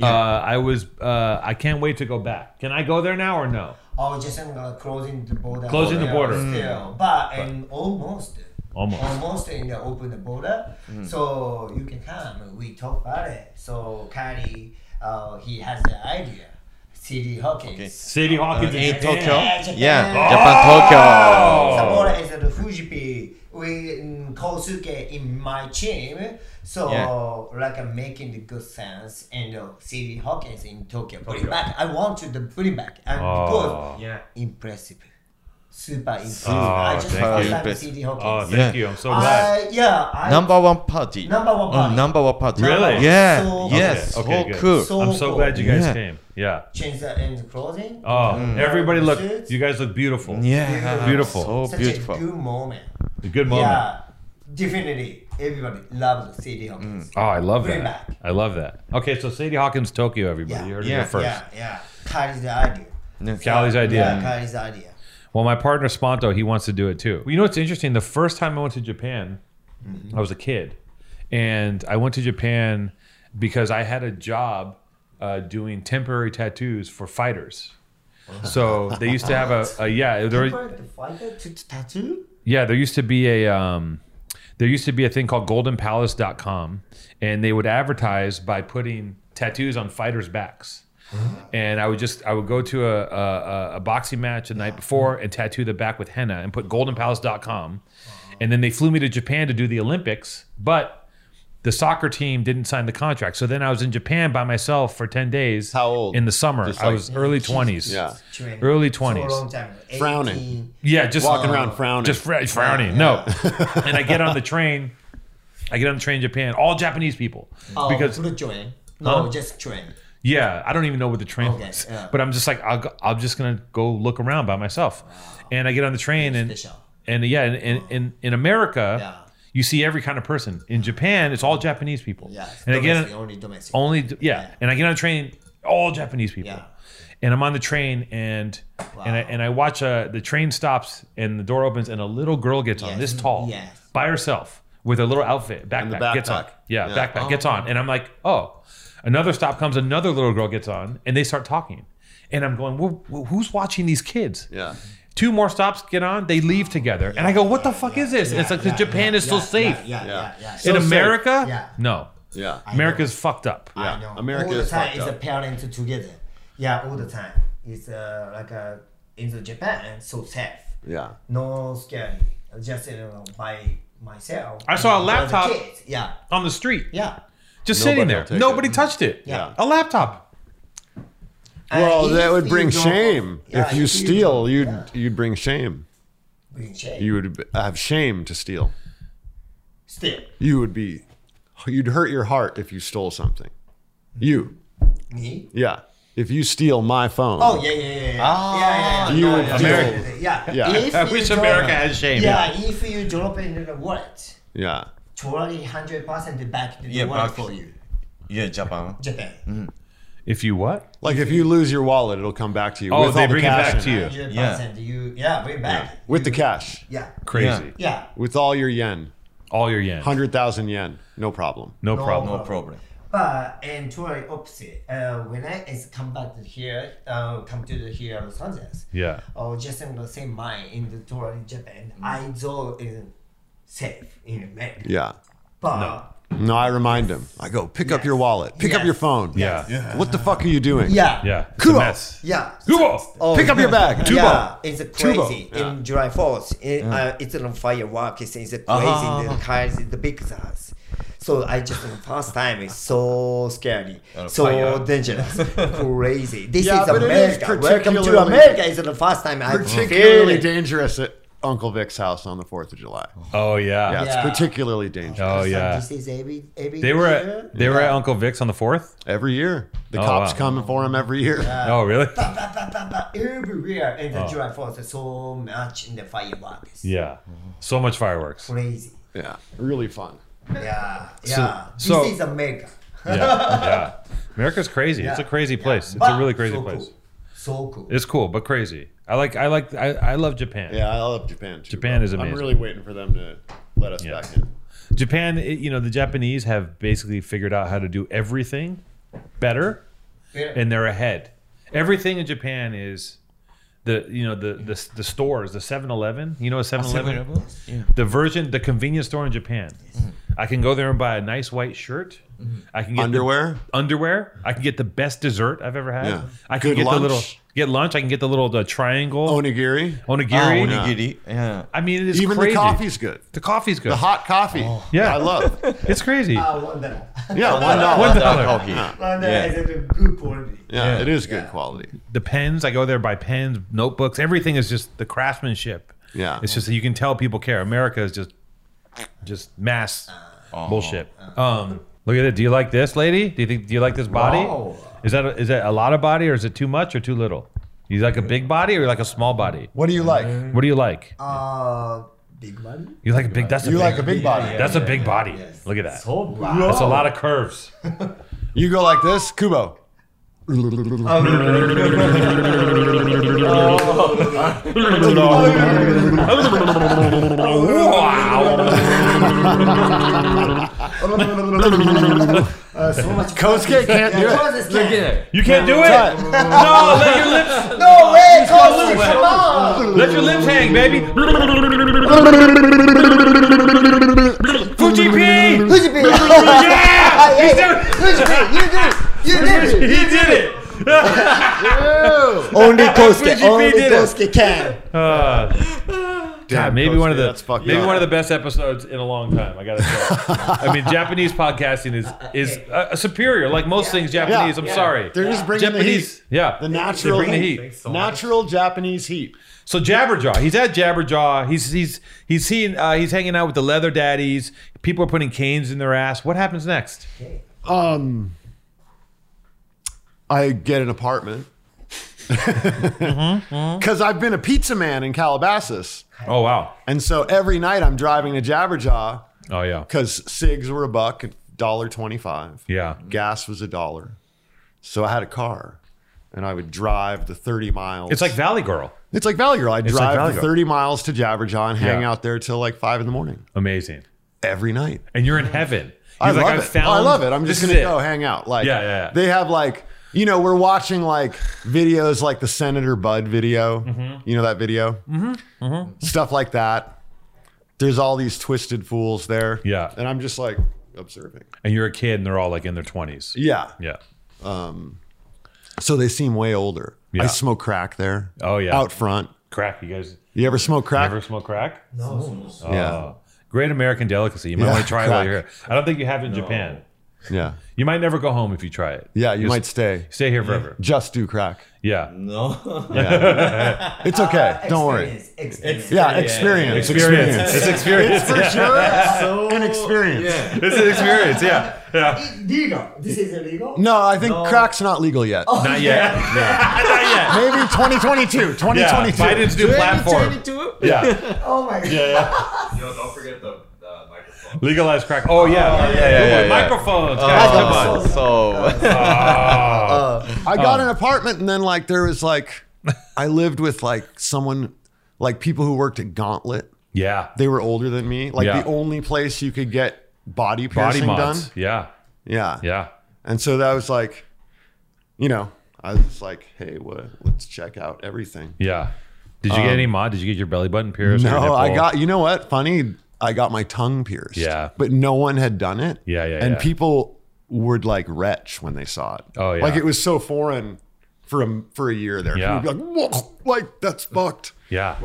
Uh, I was. Uh, I can't wait to go back. Can I go there now or no? Oh, just uh, closing the border. Closing the Yeah, border. Still, but and almost. Almost. Mm. Almost in the open the border, so you can come. We talk about it. So Kari, uh, he has the idea. CD Hawkins. Okay. City Hawkins Uh, in in Japan. Tokyo? Japan. Yeah. Oh! Japan, Oh. Tokyo. Sapporo is the Fujipi. We mm, Kosuke in my team, so like uh, making the good sense and uh, CD Hawkins in Tokyo. Bring back. I want to the bring back and Oh. because Yeah. impressive, super impressive. Oh, I just thank want you. like Impressive. CD Oh, Hawkins. thank Yeah. you. I'm so glad. I, yeah, I, Number one party. Number one party. Oh, number one party. Really? Yeah. So- yes. Okay, so good. cool. So- I'm so glad you guys Yeah. came. Yeah. change the end clothing. Oh, Mm. everybody, look. Suits. You guys look beautiful. yeah. Beautiful. So Such a beautiful. good moment. A good moment. Yeah, definitely. Everybody loves CD Hawkins. Oh, I love Bring that. back. I love that. Okay, so Sadie Hawkins, Tokyo, everybody. Yeah. You heard it Yeah. here first. Yeah, yeah. Kari's the idea. Yeah. Callie's idea. Yeah, Kari's idea. Well, my partner Sponto, he wants to do it too. You know what's interesting? The first time I went to Japan, I was a kid, and I went to Japan because I had a job uh, doing temporary tattoos for fighters. So they used to have a, a yeah, there, People like to fight it to to tattoo? Yeah, there used to be a um, there used to be a thing called goldenpalace.com and they would advertise by putting tattoos on fighters' backs. And I would just I would go to a, a, a- a boxing match the night before and tattoo the back with henna and put goldenpalace.com. And then they flew me to Japan to do the Olympics, but the soccer team didn't sign the contract. So then I was in Japan by myself for 10 days How old? in the summer. Just I like- was early 20s. Yeah. Training. Early So a 20s. long time. Frowning. 18. Yeah, just Oh. Walking around frowning. just fr- frowning. No, and I get on the train. I get on the train in Japan. All Japanese people Oh, because blue train. No, Huh? just train. yeah, I don't even know what the train Okay, was, yeah. but I'm just like I'll go, I'm just gonna go look around by myself, and I get on the train and Special. and yeah, in in, in, in America. Yeah. You see every kind of person. In Japan, it's all Japanese people. Yeah. And again, domestic, only domestic. only yeah. Yeah. And I get on a train, all Japanese people. Yeah. And I'm on the train, and and I and I watch uh, the train stops, and the door opens, and a little girl gets on, Yes. this tall, Yes. by herself, with a little outfit, backpack, the gets on, backpack. yeah, Yeah. backpack gets on, and I'm like, oh. Another stop comes, another little girl gets on, and they start talking, and I'm going, well, well, who's watching these kids? Yeah. Two more stops get on, they leave together, and I go, what the fuck is this? And it's like 'cause Japan is still yeah, safe. Yeah, yeah, yeah. Yeah. yeah. In So safe. America, Yeah. no, Yeah. America's fucked up. I Yeah, know. America all the is time fucked is a up. parent together. Yeah, all the time. It's uh, like a in the Japan so safe. Yeah. No scary. Just you know by myself. I saw a With the laptop. kids. Yeah, on the street, yeah. just Nobody sitting will there. take Nobody it. touched it. Yeah. A laptop. Well, And that if would you bring don't- shame. Yeah, if you don't- steal, you'd yeah, you'd bring shame. bring shame. You would have shame to steal. still You would be you'd hurt your heart if you stole something. You. me. Yeah. If you steal my phone. Oh yeah, yeah, yeah, yeah. Ah, yeah, yeah, yeah. you No, would yeah, feel- Yeah, Yeah. If I you wish drop- America had shame. Yeah, if you drop it in the wallet, Yeah. totally hundred percent back to the Yeah, wallet back- for you. Yeah, Japan. Japan. If you what? Like if you lose your wallet, it'll come back to you. Oh, with they all the bring it cash back in to you. Hundred Yeah. percent. You yeah, bring back. With the cash. Yeah. Crazy. Yeah. With all your yen. All your yen. 100,000 yen. No problem. No, No. problem. No problem. But and totally opposite. Uh, when I is come back to here, uh, come to the here Los Angeles. Yeah. Or just in the same mind in the totally Japan. I saw is safe in America. Yeah. But No, I remind him. I go, pick up your wallet. Pick Yes. up your phone. Yeah. Yeah. What the fuck are you doing? yeah. Yeah. It's Cool. a mess. Yeah. Kubo. Oh, Pick up your bag. Tubo. Yeah, it's a crazy Tubo. in July Fourth. It, uh, it's on fireworks. It's, it's a crazy. The cars, the big cars. So I just the first time it's so scary, so fire. dangerous, crazy. This Yeah, is but it is America. Welcome to particularly- America. It's the first time I Particularly feel it. dangerous at Uncle Vic's house on the Fourth of July. Oh yeah. Yeah, Yeah. uh, it's particularly dangerous. Oh So yeah. This is every every They were year? at, they were at Uncle Vic's on the fourth. Every year, the Oh, cops wow. come for him every year. Oh really? Ba, ba, ba, ba, everywhere in the July Fourth. So much in the fireworks. Yeah. So much fireworks. Crazy. Yeah, really fun. Yeah. Yeah. so- this is America. Yeah. Yeah. America's crazy. It's a Yeah. crazy Yeah. place. It's a But really crazy so place. Cool. So cool. It's cool, but crazy. I like I like I, I love Japan. Yeah, I love Japan too. Japan bro. is amazing. I'm really waiting for them to let us Yeah. back in. Japan, it- you know, the Japanese have basically figured out how to do everything better Yeah. and they're ahead. Everything in Japan is the you know the the, the stores, the 7-Eleven, you know a Ah, 7-Eleven? Yeah. The version, the convenience store in Japan. Mm-hmm. I can go there and buy a nice white shirt. I can get the- Underwear? underwear. I can get the best dessert I've ever had. Yeah. I can Good get lunch. the little get lunch. I can get the little the triangle Onigiri. Oh, onigiri. yeah. Onigiri. Yeah. I mean, it is Even crazy. the coffee's good. The coffee's good. The hot coffee. Yeah. I love. it's crazy. Ah, one dollar. Yeah, one dollar. One dollar. Coffee. One dollar Yeah. is a good quality. Yeah, Yeah. it is good quality. the pens. I go there buy pens, notebooks. Everything is just the craftsmanship. Yeah. It's just that you can tell people care. America is just just mass bullshit. Um, look at it. Do you like this, lady? Do you think? Do you like this body? Wow. Is that a, is that a lot of body or is it too much or too little? You like a big body or you like a small body? What do you like? What do you like? Uh, big money. You like a big. That's a you big, like a big body. That's a big body. Yes. Look at that. So bad. That's a lot of curves. You go like this, Kubo. wow. Uh, so much. Kosuke can't do it. Look at it. You can't do Try it. No, let your lips. Oh, No way, Kosuke, come on. Let your lips hang, baby. Fuji P. Who's your baby? Yeah, He's yeah. doing- Who's your baby? You did it. You did He it. did it. Only Oh. Kosuke. Fuji Only did it. Kosuke can. Uh, God, Damn, maybe one of Kosuke, the that's fucked maybe up. one of the best episodes in a long time. I gotta say. I mean, Japanese podcasting is is uh, superior, like most things Japanese. I'm Yeah. sorry. They're just bringing Japanese, the heat. yeah, The They natural bring the heat. heat. So Natural Japanese heat. So Jabberjaw, he's at Jabberjaw. He's he's he's seeing uh, he's hanging out with the leather daddies. People are putting canes in their ass. What happens next? Um, I get an apartment because I've been a pizza man in Calabasas, Oh wow. and so every night I'm driving to Jabberjaw Oh yeah. because cigs were a buck, dollar twenty-five. Yeah. gas was a dollar, so I had a car, and I would drive the thirty miles. It's like Valley Girl. It's like Valley Girl. I'd like drive Valley the Girl. 30 miles to Jabberjaw and hang Yeah. out there till like five in the morning Amazing. every night. And you're in heaven. He's Mm. I love "I've it. Oh, I love it. I'm just this gonna is go it." hang out. Like, Yeah, yeah, yeah. They have like, you know, we're watching like videos like the Senator Bud video. You know that video? Mm-hmm. Stuff like that. There's all these twisted fools there. Yeah. and I'm just like observing. And you're a kid, and they're all like in their twenties. Yeah. Yeah. So they seem way older. Yeah. I smoke crack there. Oh, yeah. Out front. Crack. You guys You ever smoke crack? ever smoke crack? No. yeah. Oh. Great American delicacy. You might Yeah, want to try it while crack. you're here. I don't think you have it in Japan. Yeah. You might never go home if you try it. Yeah. You Just might stay. stay here forever. Just do crack. Yeah. No. Yeah. it's okay. Don't worry. Experience, Uh, Experience. Yeah, experience. Experience. It's experience. It's for sure an experience. It's an experience. Yeah. Yeah. Legal. This is illegal. No, I think crack's not legal yet. Not yet. Not yet. Maybe 2022, 2022. Oh. Yeah, Biden's new platform. Yeah, Oh my god. Yo, don't forget the, the microphone. legalized crack. Oh yeah, yeah, yeah, Ooh, yeah, yeah. microphones. Oh. guys, come on. on. So I got an apartment and then like there was like I lived with like someone like people who worked at Gauntlet. Yeah, They were older than me. Like Yeah. the only place you could get body body piercing mods. done. Yeah, Yeah. yeah. And so that was like you know, I was like, "Hey, what? Let's check out everything." Yeah. Did you get any mod? Did you get your belly button pierced? or your Um, No, nipple? I got you know what? Funny, I got my tongue pierced. Yeah. But no one had done it. Yeah, yeah, And yeah. people would like retch when they saw it. Oh, yeah. Like it was so foreign for a for a year there. Yeah. People would be like, Whoa, like that's fucked. Yeah,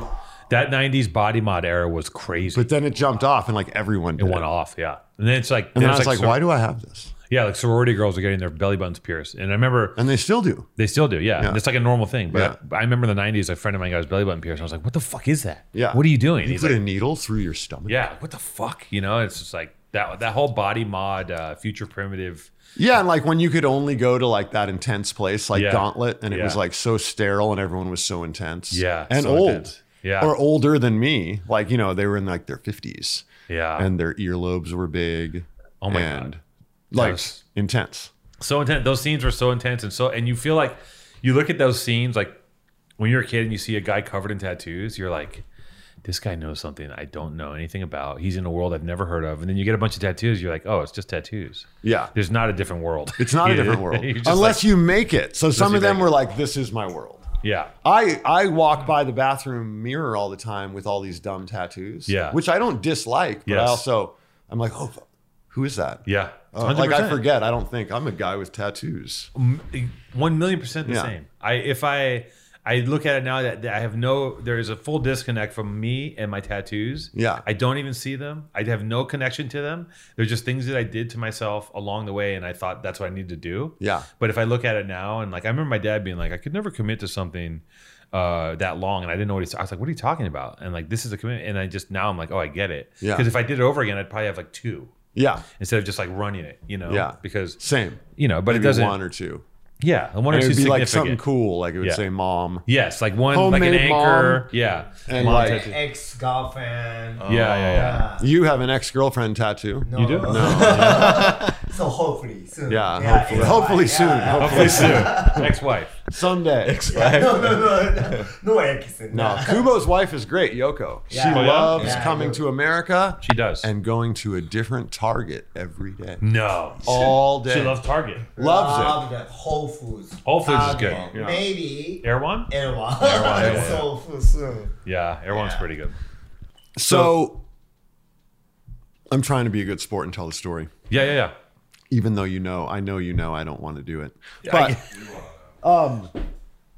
that '90s body mod era was crazy. But then it jumped off and like everyone did it went off. Yeah, and then it's like, And then I it's was like, so- why do I have this? Yeah, like sorority girls are getting their belly buttons pierced, and I remember and they still do. they still do. Yeah, Yeah. it's like a normal thing. But I, I remember in the '90s, a friend of mine got his belly button pierced. And I was like, "What the fuck is that? Yeah. what are you doing?" You He's put like, a needle through your stomach. "Yeah, what the fuck?" You know, it's just like that. That whole body mod, uh, future primitive. Yeah, and like when you could only go to like that intense place, like Yeah. Gauntlet, and it Yeah. was like so sterile, and everyone was so intense. Yeah, and so old. intense. Yeah. or older than me. Like you know, they were in like their fifties, Yeah, and their earlobes were big. Oh my and, God. like Yes. intense. so intense. Those scenes were so intense, and so and you feel like you look at those scenes like when you're a kid and you see a guy covered in tattoos, you're like, this guy knows something I don't know anything about. He's in a world I've never heard of, and then you get a bunch of tattoos, you're like, oh, it's just tattoos. Yeah, There's not a different world. it's not a You- different world you're just unless like- you make it. So some you of them make were like, "This is my world." yeah, I I walk by the bathroom mirror all the time with all these dumb tattoos. Yeah. which I don't dislike, but I Yes. also I'm like, oh, who is that? yeah. Oh, like I 100%. forget. I don't think I'm a guy with tattoos. M- one million percent the Yeah. same. I if I I look at it now that, that I have no there is a full disconnect from me and my tattoos. Yeah. I don't even see them. I have no connection to them. They're just things that I did to myself along the way, and I thought that's what I need to do. Yeah. But if I look at it now, and like I remember my dad being like, I could never commit to something uh that long and i didn't know what he's i was like what are you talking about and like this is a commitment and i just now i'm like oh i get it Yeah. because if i did it over again i'd probably have like two Yeah, instead of just like running it you know Yeah. because same. you know but Maybe it doesn't one or two. yeah one And or it two would be like significant. something cool. Like it would Yeah. say "mom." Yes, like one like Homemade an mom. anchor. Yeah. Uh. And Mom like- Ah. tattoo. Ex girlfriend. yeah, yeah, yeah. You have an ex-girlfriend tattoo. No. You do? so hopefully soon. Yeah, hopefully, it's hopefully fine. soon. Yeah, yeah. Hopefully soon. Ex-wife. Someday. No, no, no, no, no ex. No, Kubo's wife is great, Yoko. She Yeah. Oh, yeah? loves Yeah, coming Yoko. to America She does. and going to a different Target every day. no. All day. She loves Target. Loves Love the Whole Foods. Whole Foods is good, Target. yeah. Maybe Erwan? Erwan. Erewhon, yeah, so full soon. Yeah, Erwan's Yeah. pretty good. it. So I'm trying to be a good sport and tell the story. Yeah, yeah, yeah. Even though you know, I know you know I don't want to do it. I- But um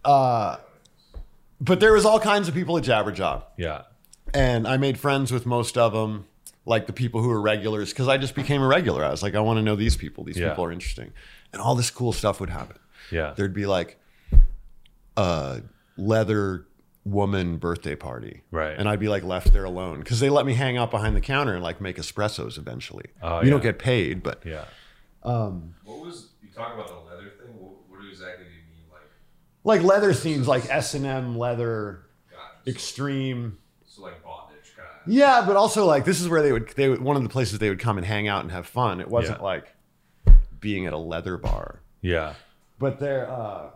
uh but there was all kinds of people at Jabberjaw. Yeah. and I made friends with most of them, like the people who were regulars, because I just became a regular. I was like, I want to know these people. These Yeah. people are interesting, and all this cool stuff would happen. Yeah. There'd be like a leather woman birthday party, Right. And I'd be like left there alone because they let me hang out behind the counter and like make espressos. Eventually, Oh, we don't yeah. get paid, but Yeah. Um, What was you talking about the leather thing? What, what exactly do you mean? Like, like leather themes, like S and M leather, God, so, extreme. so like bondage kind of. Yeah, but also like this is where they would they would, one of the places they would come and hang out and have fun. It wasn't Yeah. like being at a leather bar. Yeah. But there uh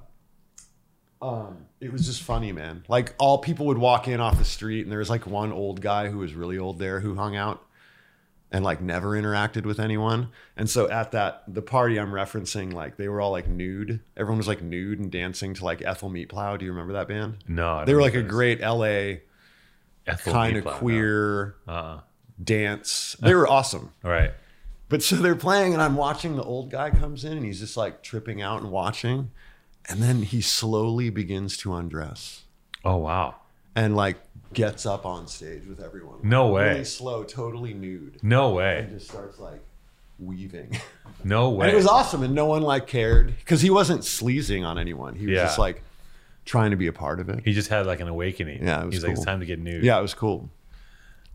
um it was just funny, man. Like all people would walk in off the street and there was like one old guy who was really old there who hung out and like never interacted with anyone. And so at that the party I'm referencing, like they were all like nude. Everyone was like nude and dancing to like Ethel Meatplow. Do you remember that band? No. I They were don't like a know. great LA Ethel kind of Peatblock, no. queer Uh-uh. dance. They were awesome. All right. But so they're playing, and I'm watching the old guy comes in, and he's just like tripping out and watching. And then he slowly begins to undress Oh, wow. and like gets up on stage with everyone. No way. Really slow, totally nude. No And way. just starts like weaving. No And way. it was awesome, and no one like cared because he wasn't sleazing on anyone. He was Yeah. just like trying to be a part of it. he just had like an awakening. Yeah, it was He's like, it's cool. time to get nude. Yeah, it was cool.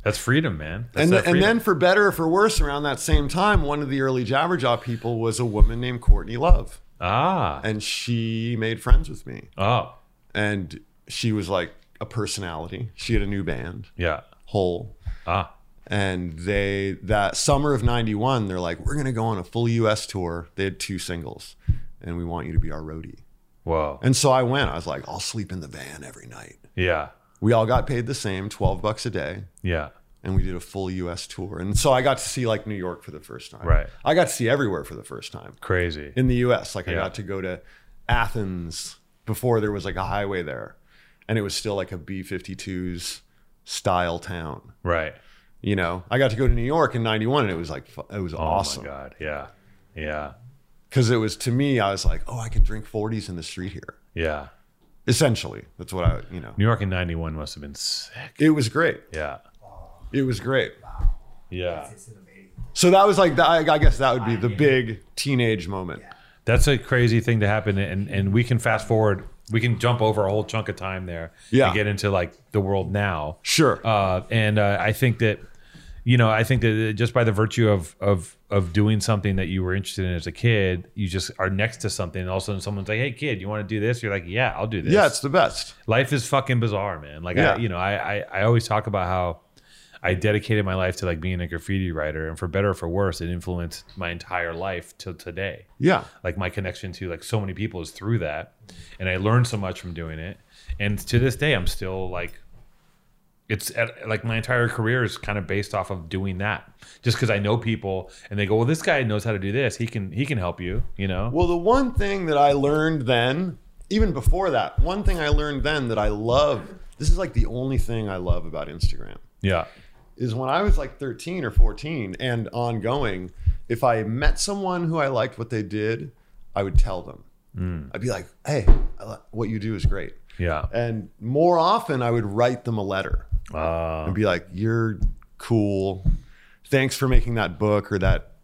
That's freedom, man. That's and, that and freedom. then for better or for worse, around that same time, one of the early Jabberjaw people was a woman named Courtney Love, ah. and she made friends with me. Oh. and she was like a personality. She had a new band, Yeah. Hole, Ah. and they that summer of '91, they're like, we're gonna go on a full U.S. tour. They had two singles, and we want you to be our roadie. Whoa. And so I went. I was like, I'll sleep in the van every night. Yeah. We all got paid the same, twelve bucks a day, Yeah. and we did a full U.S. tour. And so I got to see like New York for the first time. Right. I got to see everywhere for the first time Crazy. in the US. Like I Yeah. got to go to Athens before there was like a highway there. And it was still like a B 52s style town. Right. You know, I got to go to New York in 91 and it was like, fu- it was Oh awesome. my god. Yeah. Yeah. Cause it was to me, I was like, oh, I can drink 40s in the street here. Yeah. Essentially, that's what I, you know, New York in 91 must have been sick. it was great. Yeah. It was great. Yeah. This is very So that was like, the, I I guess that would be the big teenage moment. That's a crazy thing to happen, and and we can fast forward. We can jump over a whole chunk of time there. Yeah. And get into like the world now. Sure. Uh, and uh, I think that, you know, I think that uh, just by the virtue of of of doing something that you were interested in as a kid, you just are next to something, and all of a sudden someone's like, "Hey, kid, you want to do this?" You're like, "Yeah, I'll do this." yeah, it's the best. life is fucking bizarre, man. Like Yeah. I, you know, I, I I always talk about how I dedicated my life to like being a graffiti writer, and for better or for worse, it influenced my entire life till today. Yeah. Like my connection to like so many people is through that, and I learned so much from doing it. And to this day, I'm still like, it's at, like my entire career is kind of based off of doing that. Just because I know people, and they go, "Well, this guy knows how to do this. He can he can help you," you know. Well, the one thing that I learned then, even before that, one thing I learned then that I love, this is like the only thing I love about Instagram, Yeah. is when I was like 13 or 14 and ongoing, if I met someone who I liked what they did, I would tell them. I'd be like, hey, I li- what you do is great. Yeah. And more often, I would write them a letter Uh, and be like, you're cool. Thanks for making that book or that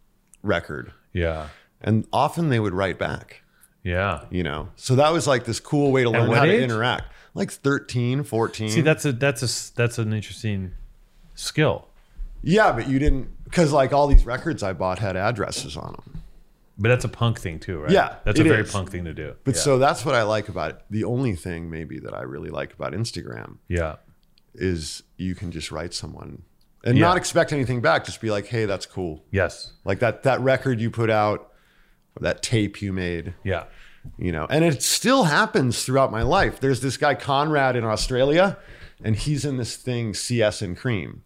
record. yeah. And often they would write back Yeah. you know so that was like this cool way to learn what how age? to interact like 13 14 See, that's a that's a s- that's an interesting skill, yeah but you didn't because like all these records i bought had addresses on them but that's a punk thing too, right? Yeah, that's a it very is. punk thing to do. but yeah. so that's what i like about it the only thing maybe that i really like about instagram yeah, is you can just write someone and Yeah. not expect anything back just be like hey that's cool yes, like that that record you put out or that tape you made yeah, you know and it still happens throughout my life there's this guy conrad in australia and he's in this thing cs and cream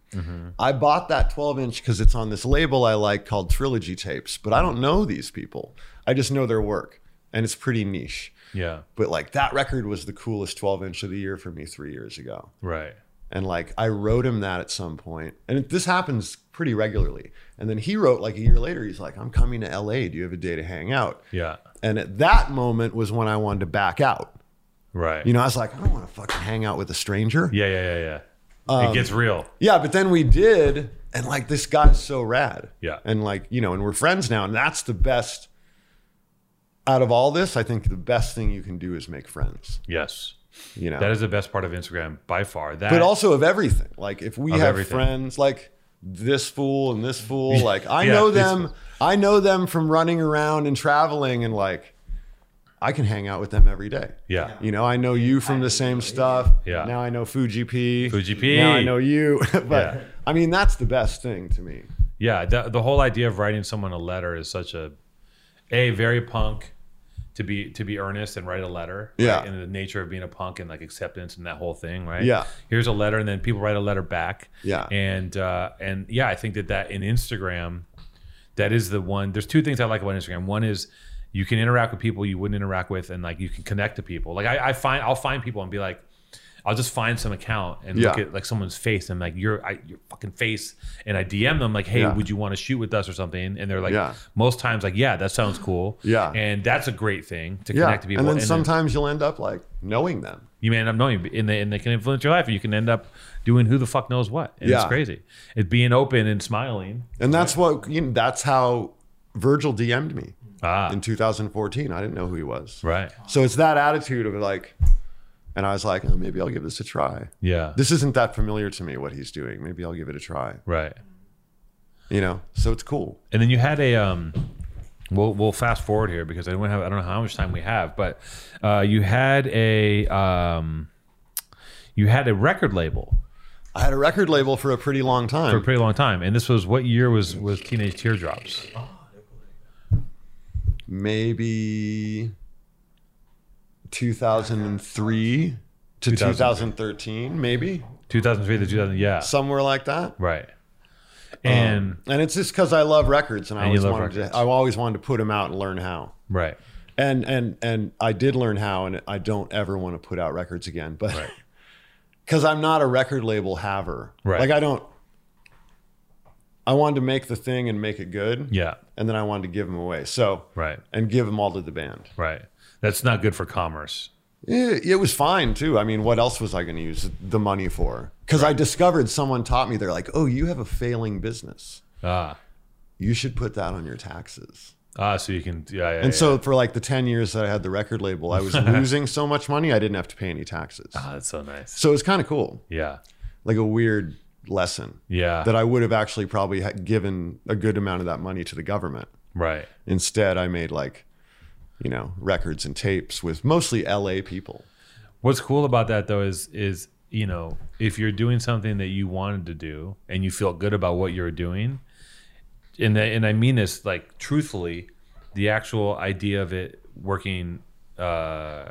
i bought that 12 inch because it's on this label i like called trilogy tapes but i don't know these people i just know their work and it's pretty niche yeah, but like that record was the coolest 12 inch of the year for me three years ago right, and like I wrote him that at some point, and it, this happens pretty regularly. And then he wrote like a year later, he's like, "I'm coming to LA. Do you have a day to hang out?" yeah, And at that moment was when I wanted to back out. right. You know, I was like, I don't want to fucking hang out with a stranger. yeah, yeah, yeah, yeah. Um, it gets real. Yeah, but then we did, and like this guy's so rad. Yeah. And like, you know, and we're friends now, and that's the best out of all this, I think the best thing you can do is make friends. Yes, You know. that is the best part of Instagram by far. That but also of everything. Like if we Of have everything. friends like this fool and this fool, like I Yeah, know these them, fools. I know them from running around and traveling and like I can hang out with them every day. yeah, You know, I know you from the same stuff. Yeah. Now I know Fuji P. Fuji P. Now I know you. but Yeah. I mean, that's the best thing to me. yeah. The, the whole idea of writing someone a letter is such a a very punk to be to be earnest and write a letter. right? Yeah. and the nature of being a punk and like acceptance and that whole thing, right? Yeah. here's a letter, and then people write a letter back. Yeah. and uh, and yeah, I think that that in Instagram, that is the one. There's two things I like about Instagram. One is you can interact with people you wouldn't interact with, and like you can connect to people. Like I, I find I'll find people and be like. I'll just find some account and look Yeah. at like someone's face and like your I, your fucking face and I DM them like hey Yeah. would you want to shoot with us or something and they're like Yeah. most times like yeah that sounds cool Yeah. and that's a great thing to Yeah. connect to people And then sometimes you'll end up like knowing them. you may end up knowing, and they, and they can influence your life. You can end up doing who the fuck knows what. And it's Yeah. crazy. It being open and smiling. And that's what you know, that's how Virgil DM'd me Ah, in 2014. I didn't know who he was. right. So it's that attitude of like, and I was like, oh, maybe I'll give this a try. Yeah. This isn't that familiar to me what he's doing. Maybe I'll give it a try. right. You know, so it's cool. And then you had a um. We'll we'll fast forward here because I don't have I don't know how much time we have, but uh, you had a um. You had a record label I had a record label for a pretty long for a time. pretty long time, and this was what year was was Teenage Teardrops? Maybe 2003 to 2013, maybe 2003 to 2000, yeah, somewhere like that. right. Um, And And it's just because I love records and I And you always love wanted records. to, I always wanted to put them out and learn how. right, and and and I did learn how, and I don't ever want to put out records again, but because I'm not a record label haver, Right. Like I don't. I wanted to make the thing and make it good, yeah, and then I wanted to give them away, so right, and give them all to the band. right. That's not good for commerce. Eh, It, it was fine too. I mean, what else was I going to use the money for? Because I discovered someone taught me. They're like, "Oh, you have a failing business. Ah, you should put that on your taxes. Ah, so you can. Yeah, yeah. And yeah. so for like the 10 years that I had the record label, I was losing so much money I didn't have to pay any taxes. Ah, that's so nice. So it was kind of cool, Yeah, like a weird lesson yeah. that I would have actually probably ha- given a good amount of that money to the government. right. Instead, I made like, you know, records and tapes with mostly LA people. What's cool about that though is is you know if you're doing something that you wanted to do and you feel good about what you're doing, and the, and I mean this like truthfully, the actual idea of it working uh,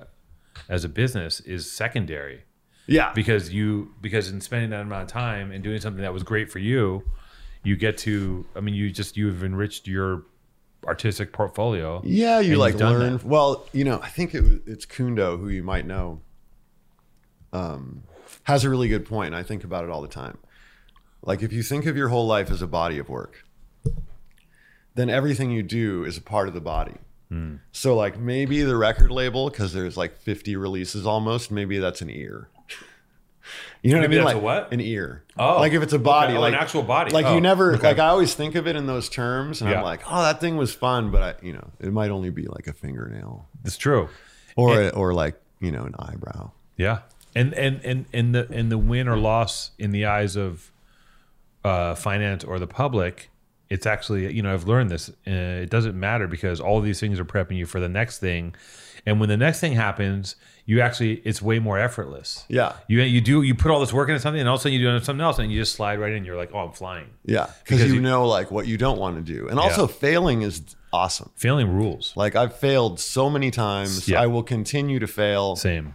as a business is secondary Yeah. because you because in spending that amount of time and doing something that was great for you, you get to I mean you just you've enriched your artistic portfolio. Yeah, you you've like done learn. that. Well, you know, I think it, was- it's Kundo who you might know. Um, has a really good point. And I think about it all the time. Like if you think of your whole life as a body of work, then everything you do is a part of the body. Hmm. So like maybe the record label because there's like 50 releases almost. Maybe that's an ear. You know what I Maybe mean? that's a like what? An ear. Oh. like if it's a body, Okay. Oh, like an actual body. Like Oh, you never okay. like I always think of it in those terms, and Yeah. I'm like, oh, that thing was fun, but I, you know, it might only be like a fingernail It's true. or a, or like you know an eyebrow. Yeah, and and and and the and the win or loss in the eyes of uh, finance or the public, it's actually you know I've learned this. Uh, it doesn't matter because all these things are prepping you for the next thing, and when the next thing happens, you actually it's way more effortless. Yeah. You, you do you put all this work into something and all of a sudden you do something else and you just slide right in you're like oh i'm flying Yeah, because Because you, you- know like what you don't want to do, and also failing is awesome. failing rules Like I've failed so many times, Yeah. I will continue to fail, same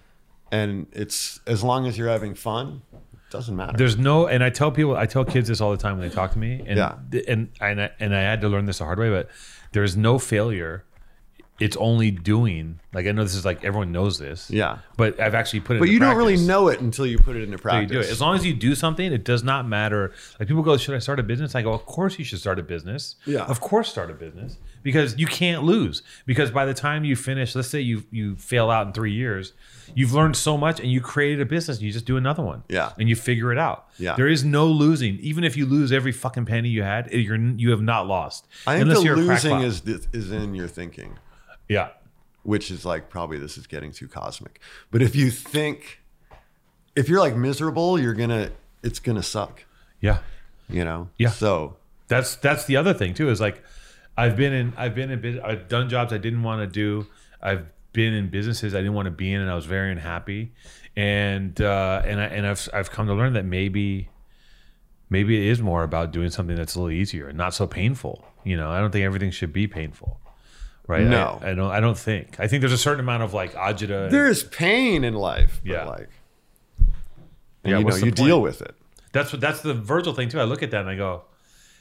and it's as long as you're having fun, it doesn't matter. There's no, and I tell people, I tell kids this all the time when they talk to me, and Yeah. th- and and I, and I had to learn this the hard way, but there's no failure. It's only doing. Like I know this is like everyone knows this. Yeah. But I've actually put it. but into you don't really practice. know it until you put it into So practice. you do it. As long as you do something, it does not matter. Like people go, should I start a business? I go, of course you should start a business. Yeah. Of course start a business because you can't lose. Because by the time you finish, let's say you you fail out in three years, you've learned so much and you created a business. And you just do another one. Yeah. And you figure it out. Yeah. There is no losing. Even if you lose every fucking penny you had, you're you have not lost. I think Unless the you're a losing crackpot. is is in your thinking. yeah. which is like probably this is getting too cosmic. But if you think if you're like miserable, you're gonna it's gonna suck. Yeah. You know? Yeah. So that's that's the other thing too is like i've been in i've been in bus- i've done jobs i didn't want to do i've been in businesses i didn't want to be in and i was very unhappy and uh and i and i've i've come to learn that maybe maybe it is more about doing something that's a little easier and not so painful you know i don't think everything should be painful right I- No. i, don't i don't think i think there's a certain amount of like agita and- there is pain in life. But Yeah. Like and Yeah, you know, what's the you deal point? with it. That's what that's the Virgil thing too. I look at that and I go,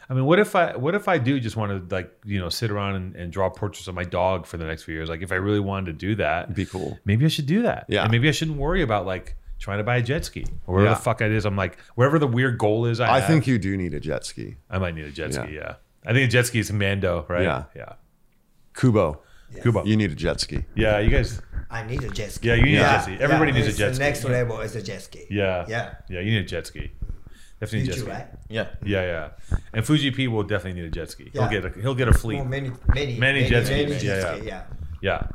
I mean, what if I what if I do just want to like you know sit around and, and draw portraits of my dog for the next few years? Like if I really wanted to do that, Be cool. maybe I should do that. Yeah. and maybe I shouldn't worry about like trying to buy a jet ski or whatever Yeah. the fuck it is. I'm like wherever the weird goal is. I, I have, think you do need a jet ski. I might need a jet Yeah. ski. Yeah, I think a jet ski is Mando, right? Yeah. yeah. Kubo, Kubo. you need a jet ski. yeah, you guys. I need a jet ski. Yeah, you need a jet ski. Everybody needs a it's jet the ski. Next level is a jet ski. Yeah, Yeah. yeah. You need a jet ski. Definitely Did need a jet you ski. right? Yeah. Yeah, yeah. And Fuji P will definitely need a jet ski. Yeah. He'll get a he'll get a fleet. Oh, many, many, Many jet skis. many Yeah, jet yeah. ski, yeah.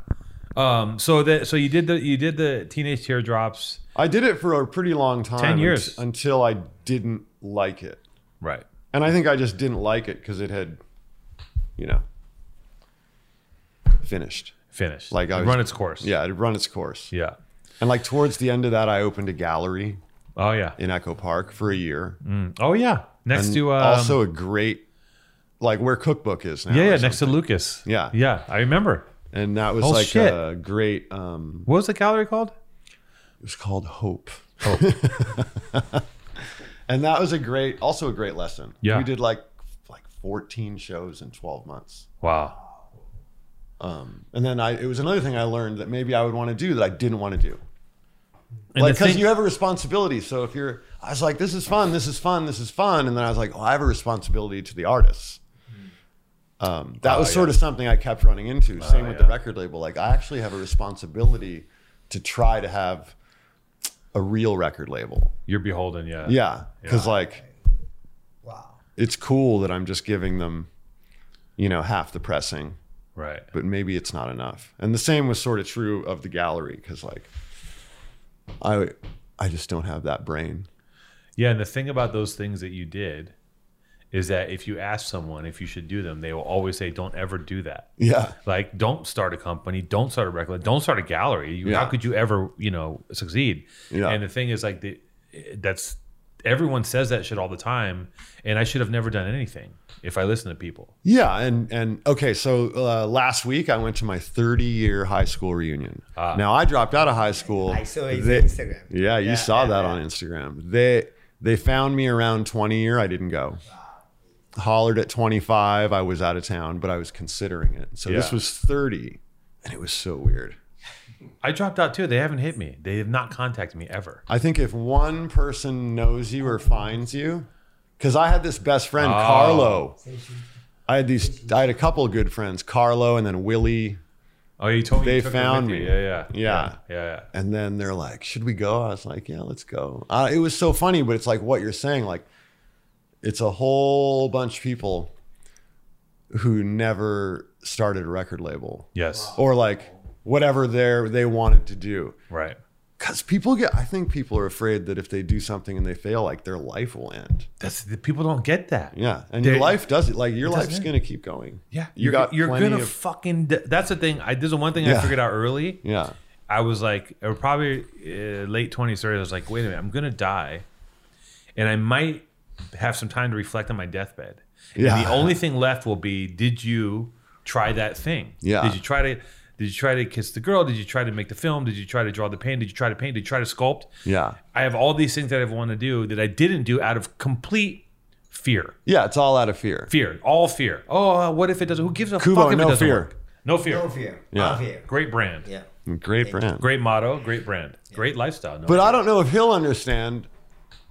Yeah. Um, so that so you did the you did the teenage teardrops. I did it for a pretty long time. 10 years. un- until I didn't like it. Right. And I think I just didn't like it because it had, you know, finished. Finished. Like I was- run its course. Yeah, it had run its course. Yeah. And like towards the end of that, I opened a gallery Oh yeah. in Echo Park for a year. Oh yeah. Next And to um, also a great, like where Cookbook is now. yeah, or yeah, something. next to Lucas. Yeah. Yeah. I remember. And that was Oh, like shit. a great, um, What was the gallery called? it was called Hope. and that was a great, also a great lesson. Yeah. We did like, like 14 shows in 12 months. Wow. And then I, it was another thing I learned that maybe I would want to do that I didn't want to do. And like the because thing- you have a responsibility so if you're i was like this is fun this is fun this is fun and then i was like oh i have a responsibility to the artists um, that was sort of something i kept running into same with the Oh, yeah. record label like i actually have a responsibility to try to have a real record label you're beholden, yeah. yeah because like Wow. it's cool that i'm just giving them you know, half the pressing, Right. but maybe it's not enough. And the same was sort of true of the gallery because like I I just don't have that brain. Yeah, and the thing about those things that you did is that if you ask someone if you should do them, they will always say, "Don't ever do that." Yeah. Like, don't start a company, don't start a record, label, don't start a gallery. You- How Yeah. could you ever, you know, succeed? Yeah. And the thing is, like, the, that's everyone says that shit all the time, and I should have never done anything if I listened to people. Yeah, and and okay, so uh, last week I went to my 30 year high school reunion. Ah. Now I dropped out of high Oh. school. I saw his They- Instagram. Yeah, you Yeah, saw yeah, that yeah. on Instagram. They they found me around 20 year. I didn't go. Hollered at 25. I was out of town, but I was considering it. So this Yeah. was 30, and it was so weird. I dropped out too. They haven't hit me. They have not contacted me ever. I think if one person knows you or finds you, because I had this best friend, Oh. Carlo. I had these. I had a couple good friends, Carlo, and then Willie. Oh, you told me They you took them found with you. me. Yeah, yeah, Yeah. yeah, yeah. And then they're like, "Should we go?" I was like, "Yeah, let's go." Uh, it was so funny, but it's like what you're saying. Like, it's a whole bunch of people who never started a record label Yes, or like whatever they they wanted to do. right. Because people get, I think people are afraid that if they do something and they fail, like their life will end. That's the people don't get that. Yeah, and They- your life does it. Like your doesn't life's end. gonna keep going. Yeah, You you're, got you're plenty gonna of- fucking. d- That's the thing. I this is one thing I Yeah. figured out early. Yeah. I was like, or probably uh, late twenties, thirties. I was like, wait a minute, I'm gonna die, and I might have some time to reflect on my deathbed. And Yeah. the only thing left will be, did you try that thing? Yeah. Did you try to? Did you try to kiss the girl? Did you try to make the film? Did you try to draw the pain? Did you try to paint? Did you try to sculpt? Yeah. I have all these things that I've wanted to do that I didn't do out of complete fear. Yeah. It's all out of fear. Fear, all fear. Oh, uh, what if it doesn't? Who gives a Kubo, fuck if no it doesn't fear. work? No fear. No fear. Yeah. No fear. Great brand. Yeah. Great brand. Great motto. Great brand. Great lifestyle. No But fear. I don't know if he'll understand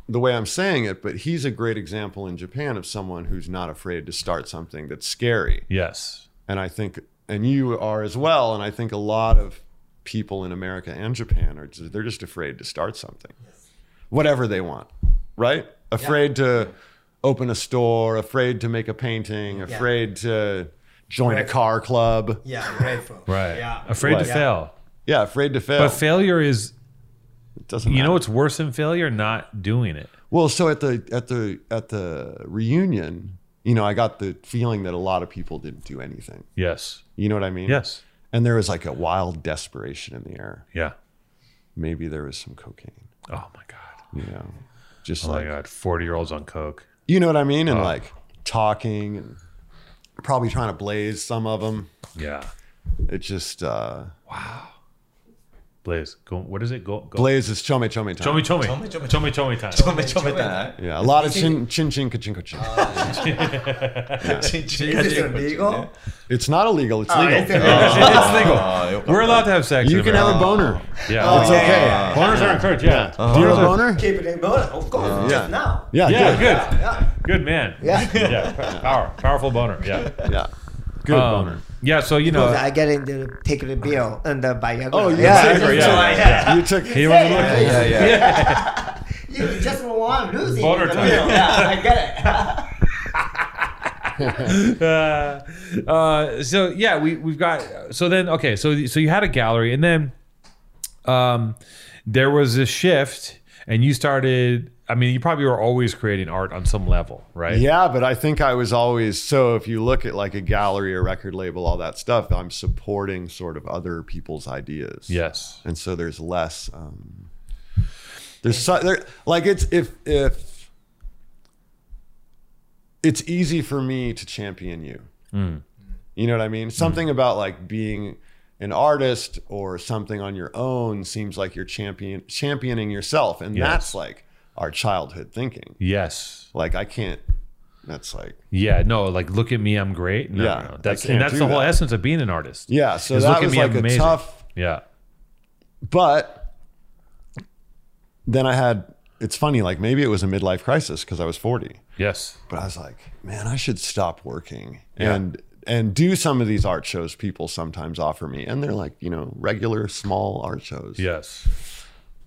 the way I'm saying it, but he's a great example in Japan of someone who's not afraid to start something that's scary. Yes. And I think, and you are as well. And I think a lot of people in America and Japan are, just, they're just afraid to start something, whatever they want, right? Afraid to open a store, afraid to make a painting, afraid to join a Right. car club. Yeah. Grateful. Right. Yeah. Afraid to Yeah. fail. Yeah, afraid to fail. But failure is, it doesn't you matter. know, what's worse than failure? Not doing it. Well, so at the at the at the reunion, you know, I got the feeling that a lot of people didn't do anything. Yes. You know what I mean? Yes. And there was like a wild desperation in the air. Yeah. Maybe there was some cocaine, Oh my god. you know. Just Oh my like uh, god. Forty year olds on coke. you know what I mean? And like talking and probably trying to blaze some of them. Yeah. It just uh Blaze. Go. What is it? Go. go. blaze is chome chome time. Show me. Show me. Chome, chome, Show me. Show me time. Chome, chome time. Yeah, a lot of chin chin chin ka chin ka chin. uh, Ching, ching, Is ching, it illegal? It's not illegal, it's legal. it's illegal. It's legal. Ah, yo, We're allowed to have sex. You in can have a America. boner. Yeah. Oh, It's yeah. okay. Boners are encouraged. Yeah. Yeah. Do you have a boner? Keep it in order. Of course. Yeah. Just now. Yeah, good. Good. Yeah. Good man. Yeah. Yeah. p- Power. Powerful boner. Yeah. Yeah. Good Um, boner. Yeah. So you know. Because I get in the take the bill and the Viagra. Oh, you yeah. took it, So yeah. I- Yeah. You took He wasn't Yeah, looking. Yeah, yeah, yeah. You just want losing. Boner the time. bill. Yeah, I get it. uh, uh, so yeah, we we've got so then okay, so so you had a gallery and then um there was a shift and you started I mean, you probably were always creating art on some level, right? Yeah, but I think I was always so if you look at like a gallery, a record label, all that stuff, I'm supporting sort of other people's ideas. Yes. And so there's less um there's so, there like it's if if it's easy for me to champion you. Mm. You know what I mean? Something about like being an artist or something on your own seems like you're champion championing yourself and Yes. that's like our childhood thinking. Yes. like I can't. That's like Yeah. No. Like, look at me. I'm great. No, Yeah, no, no. I That's can't and that's do the whole that. essence of being an artist. yeah. So Just look that at was me, I'm like a amazing. tough, Yeah. but then I had. It's funny, like maybe it was a midlife crisis because I was forty, Yes. but I was like, man, I should stop working Yeah. and and do some of these art shows people sometimes offer me, and they're like you know regular small art shows. Yes.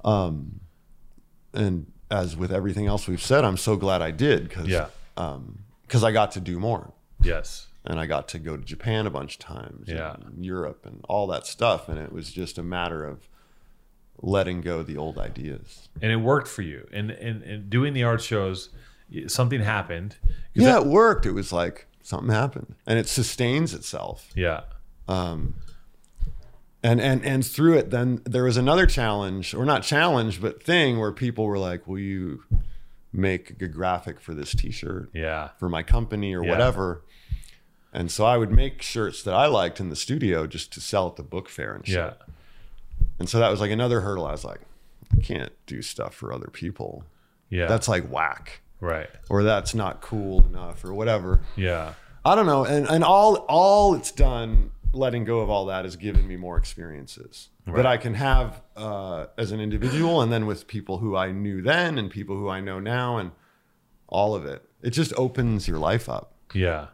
And as with everything else we've said, I'm so glad I did because Yeah. because I got to do more. Yes. and I got to go to Japan a bunch of times, Yeah. and Europe, and all that stuff. And it was just a matter of letting go of the old ideas. and it worked for you. And and, and doing the art shows, y- something happened. 'Cause Yeah, that- it worked. It was like something happened, and it sustains itself. yeah. and and and through it then there was another challenge or not challenge but thing where people were like will you make a graphic for this t-shirt Yeah. for my company or Yeah. whatever and so i would make shirts that i liked in the studio just to sell at the book fair and shit. Yeah. and so that was like another hurdle i was like i can't do stuff for other people Yeah. that's like whack right. or that's not cool enough or whatever Yeah. i don't know and and all all it's done letting go of all that has given me more experiences that i can have uh, as an individual and then with people who i knew then and people who i know now and all of it it just opens your life up Um, Yeah.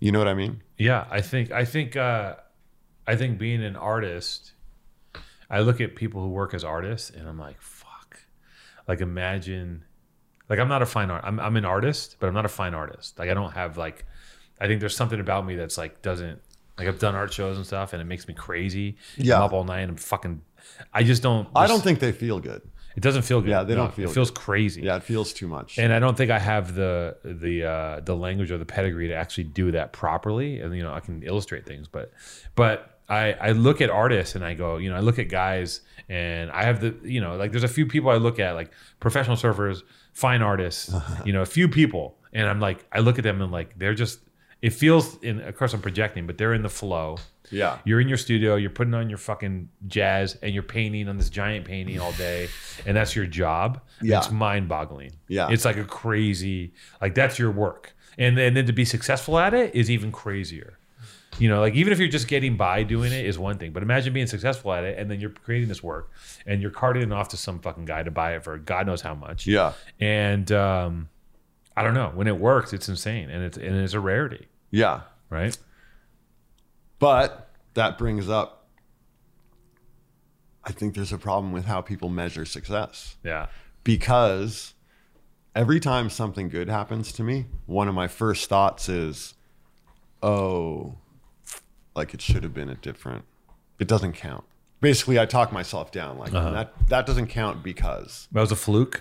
you know what i mean Yeah, I think I think uh, I think being an artist, I look at people who work as artists and I'm like, fuck. Like imagine, like I'm not a fine art. I'm I'm an artist, but I'm not a fine artist. Like I don't have like, I think there's something about me that's like doesn't like I've done art shows and stuff, and it makes me crazy. Yeah. I'm up all night and I'm fucking. I just don't. i don't think they feel good it doesn't feel good. Yeah, they don't feel It feels crazy. yeah it feels too much And I don't think I have the the uh, the language or the pedigree to actually do that properly. And you know, I can illustrate things, but but I I look at artists and I go, you know, I look at guys and I have the you know, like there's a few people I look at, like professional surfers, fine artists, you know, a few people, and I'm like, I look at them and like they're just. It feels, in, of course, I'm projecting, but they're in the flow. yeah You're in your studio, you're putting on your fucking jazz, and you're painting on this giant painting all day, and that's your job. Yeah. It's mind boggling. Yeah. It's like a crazy, like that's your work. And then, then to be successful at it is even crazier. You know, like even if you're just getting by doing it is one thing, but imagine being successful at it and then you're creating this work and you're carting it off to some fucking guy to buy it for God knows how much. yeah And um, I don't know. When it works, it's insane and it's and it's a rarity, yeah right? but that brings up i think there's a problem with how people measure success Yeah. because every time something good happens to me, one of my first thoughts is, oh, like it should have been a different, it doesn't count. Basically, I talk myself down like Uh-huh. that, that doesn't count because That was a fluke.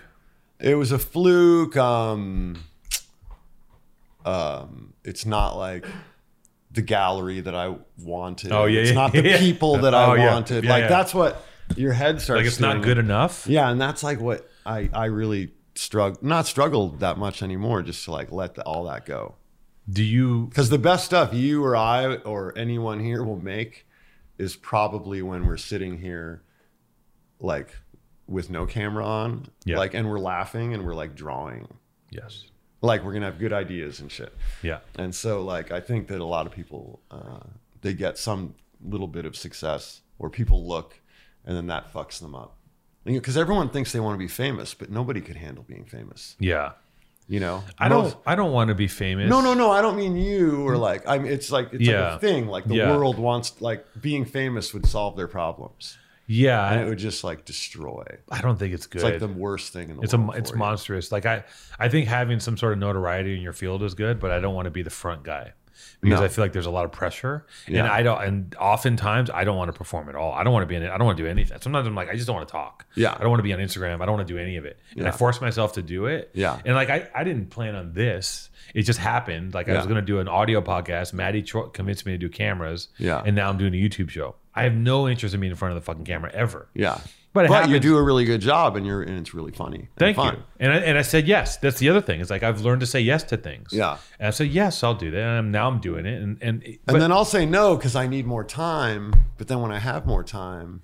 it was a fluke. Um, um, it's not like the gallery that I wanted. Oh, yeah, It's yeah, not the yeah. people that Oh, I yeah. wanted. Yeah, like, yeah. that's what your head starts Like it's not doing. good enough. Yeah, and that's like what I I really struggle not struggled that much anymore just to like let the, all that go. Do you? Cuz the best stuff you or I or anyone here will make is probably when we're sitting here like with no camera on, Yeah. like and we're laughing and we're like drawing. Yes. Like we're going to have good ideas and shit. Yeah. And so like I think that a lot of people uh they get some little bit of success or people look and then that fucks them up. Because everyone thinks they want to be famous, but nobody could handle being famous. Yeah. You know, I Most- don't. I don't want to be famous. No, no, no. I don't mean you or like. I mean, it's like it's like Yeah. a thing. Like the Yeah. world wants like being famous would solve their problems, Yeah. and it I, would just like destroy. I don't think it's good. It's like the worst thing in the it's world. a it's for you. monstrous. Like I I think having some sort of notoriety in your field is good, but I don't want to be the front guy because No. I feel like there's a lot of pressure, and Yeah. I don't. And oftentimes I don't want to perform at all. I don't want to be in it. I don't want to do anything. Sometimes I'm like I just don't want to talk. Yeah. I don't want to be on Instagram. I don't want to do any of it. And I Yeah. force myself to do it. Yeah. And like I I didn't plan on this. It just happened. Like I was Yeah. going to do an audio podcast. Maddie Tro- convinced me to do cameras. Yeah. And now I'm doing a YouTube show. I have no interest in being in front of the fucking camera ever. Yeah, But it you happens. do a really good job, and you're and it's really funny. and Thank fun. you. And I, and I said yes. That's the other thing. It's like I've learned to say yes to things. Yeah. And I said yes, I'll do that. And I'm, now I'm doing it. And and but, And then I'll say no because I need more time. But then when I have more time,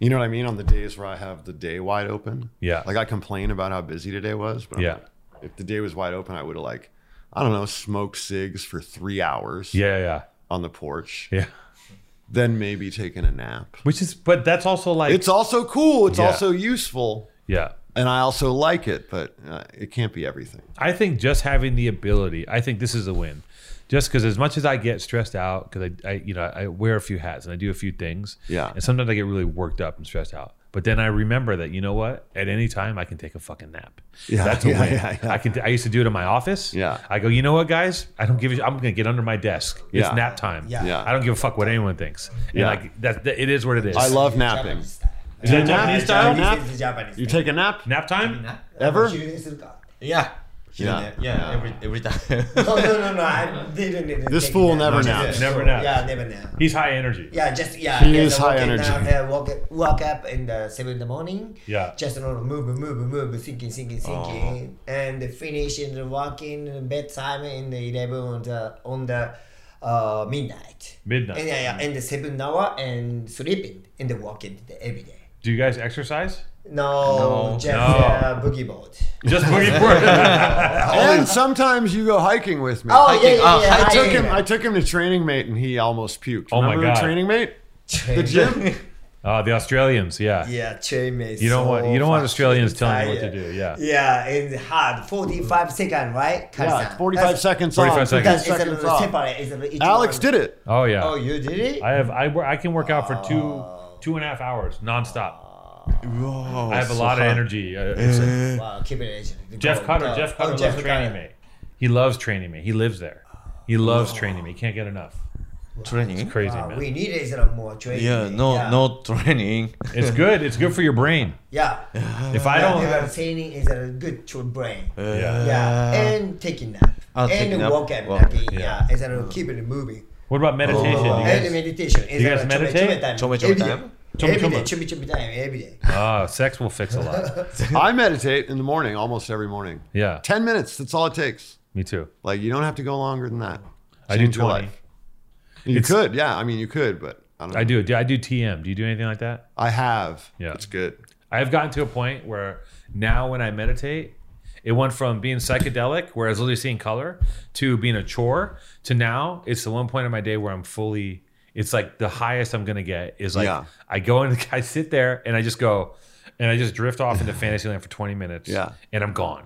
you know what I mean. On the days where I have the day wide open, Yeah. Like I complain about how busy today was, but I'm Yeah. like, if the day was wide open, I would have like, I don't know, smoked cigs for three hours. yeah, yeah, on the porch, yeah. then maybe taking a nap. Which is, but that's also like It's also cool. It's Yeah. also useful, yeah. and I also like it, but uh, it can't be everything. I think just having the ability, I think this is a win. Just because as much as I get stressed out, because I, I, you know, I wear a few hats and I do a few things, Yeah. and sometimes I get really worked up and stressed out. But then I remember that you know what? At any time, I can take a fucking nap. Yeah, that's a yeah, win. yeah, yeah. I can. I used to do it in my office. Yeah. I go. You know what, guys? I don't give. A, sh- I'm gonna get under my desk. It's Yeah. nap time. Yeah. Yeah. I don't give a fuck what anyone thinks. And Yeah. like that, that- It is what it is. I love napping. Japanese style. Is that Japanese style? Japanese- This is Japanese. You take a nap? Nap time. Ever? Yeah. Yeah. Yeah. Yeah. Every every time. No, no, no, no. I didn't. didn't This take fool a nap. never Just- naps. Never naps. Yeah, never naps. He's high energy. Yeah, just yeah. He just is high walking energy. down, uh, walk, walk up in the seven in the morning. Yeah. Just you know, move, move, move, thinking, thinking, thinking, Oh. and finish in the walking in bedtime in the eleven on the on the uh, midnight. Midnight. And, yeah, yeah, in the seven hour and sleeping in the walking the, every day. Do you guys exercise? No, No. just No. Uh, boogie board. Just boogie board. And sometimes you go hiking with me. Oh yeah, yeah, Hiking. yeah. Oh, I hiking. I took him. I took him to training mate, and he almost puked. Oh my Remember God. training mate. The gym. Uh, the Australians. Yeah. Yeah, chain mates. You don't want- you don't want Australians telling you what to do, yeah. Yeah, and hard. Forty-five second, right? yeah, it's 45 seconds 45 on. seconds. Because it's 15 a seconds off. separate. It's a, each Alex one- did it. Oh yeah. Oh, you did it. I have I wor- I can work out for two two and a half hours nonstop. I have a lot of energy. Uh, it's a- wow, keep it. Asian. Jeff Go, Cutter. go. Jeff Cutter Oh, loves Jeff training Cutter. me. He loves training me. He lives there. He loves training me. He can't get enough. training. Crazy Wow, man. Ah, we need is a more training. Yeah. No. yeah. No training. it's good. It's good for your brain. Yeah. If I yeah, don't, yeah, have, training is a good to brain. yeah. yeah, Uh, and taking nap. Oh, and taking nap. walk and Walk, napping. yeah. Yeah, it's a keep it moving. What about meditation? Oh. You And guys, meditation. Is you guys a meditate? time. Chome chome Every day. time? Chome Every chome. day, chome chome time, every day. Ah, sex will fix a lot. I meditate in the morning almost every morning. Yeah, 10 minutes. That's all it takes. me too. Like you don't have to go longer than that. I do Change your 20. life. You It's- could, yeah. I mean, you could, but I don't. I do. I do TM. Do you do anything like that? I have. Yeah. it's good. I've gotten to a point where now when I meditate, it went from being psychedelic, where I was literally seeing color, to being a chore, to now it's the one point of my day where I'm fully. It's like the highest I'm gonna get is like Yeah. I go and I sit there and I just go, and I just drift off into fantasy land for 20 minutes. Yeah. and I'm gone.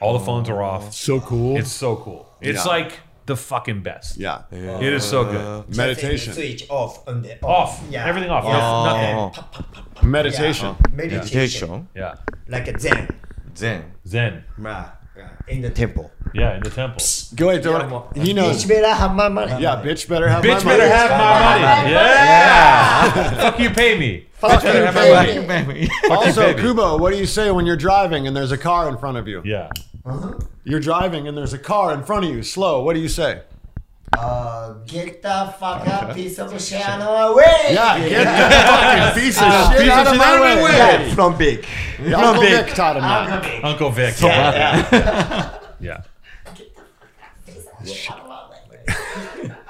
All the phones are off. So cool. It's so cool. It's Yeah. like the fucking best. yeah. It is so good. Meditation. Switch off on the Off. Uh, Yeah. Everything off. Yeah. Noth- Nothing. Oh. Meditation. Meditation. Meditation. Yeah. Like a zen. Zen. Zen. Right. right. In the temple. Yeah, in the temple. Go ahead. Don't, He knows. Bitch better have my money. Yeah, bitch better have my Bitch money. better have my money. Yeah. Fuck you, pay me. Bitch better have my you, money. pay me. Also, baby. Kubo, what do you say when you're driving and there's a car in front of you? Yeah. You're driving and there's a car in front of you, slow. What do you say? Uh, get the fuck up, piece of shit out of my way. Yeah, get the fucking piece of shit piece out of of shit my out of my way. way. Yeah. Yeah, From big. Yeah, Uncle Vic taught him I'm that. coming. Uncle Vic. Yeah. Yeah.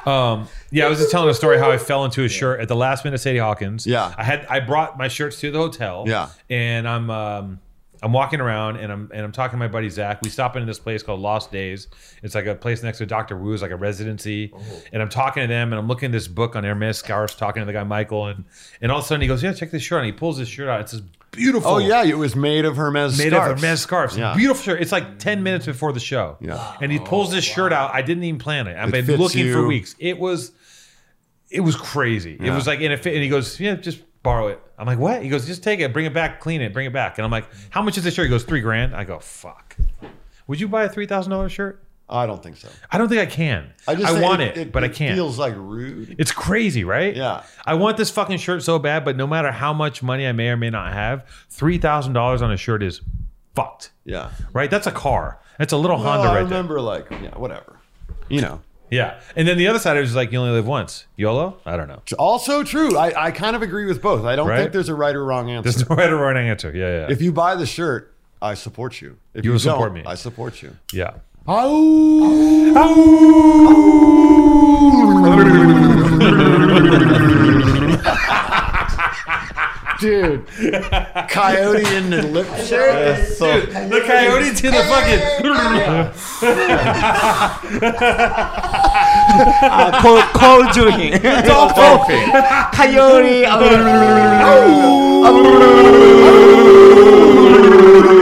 Um, yeah, I was just telling a story how I fell into a shirt at the last minute at Sadie Hawkins. Yeah. I had I brought my shirts to the hotel. Yeah. And I'm um I'm walking around and I'm and I'm talking to my buddy Zach. We stop into this place called Lost Days. It's like a place next to Dr. Wu's, like a residency. Oh. And I'm talking to them and I'm looking at this book on Hermes Scarves, talking to the guy Michael, and and all of a sudden he goes, Yeah, check this shirt. And he pulls this shirt out. It's this beautiful Oh yeah, it was made of Hermes made scarves. of Hermes scarves. Yeah. Beautiful shirt. It's like 10 minutes before the show. Yeah. And he pulls this shirt out. I didn't even plan it. I've It been fits looking for you. weeks. It was it was crazy. It Yeah. was like in a fit and he goes, Yeah, just borrow it. I'm like, what? He goes, just take it, bring it back, clean it, bring it back. And I'm like, how much is this shirt? He goes, three grand. I go, fuck. Would you buy a three thousand dollar shirt? I don't think so. I don't think I can. I, think want it, but I It can't. feels like rude. It's crazy, right? Yeah. I want this fucking shirt so bad, but no matter how much money I may or may not have, three thousand dollars on a shirt is fucked Yeah. right? That's a car. That's a little Well, Honda Oh, I right there. remember like yeah, whatever. You know. Yeah. And then the other side is like, you only live once. YOLO? I don't know. Also true. I, I kind of agree with both. I don't Right? think there's a right or wrong answer. There's no right or wrong answer. Yeah, yeah. if you buy the shirt, I support you. If You you, will support don't, me. I support you. yeah. Oh. Dude, coyote in the lip shirt. The coyote to the fucking. cold, cold drinking. Dog uh, coffee. Coyote.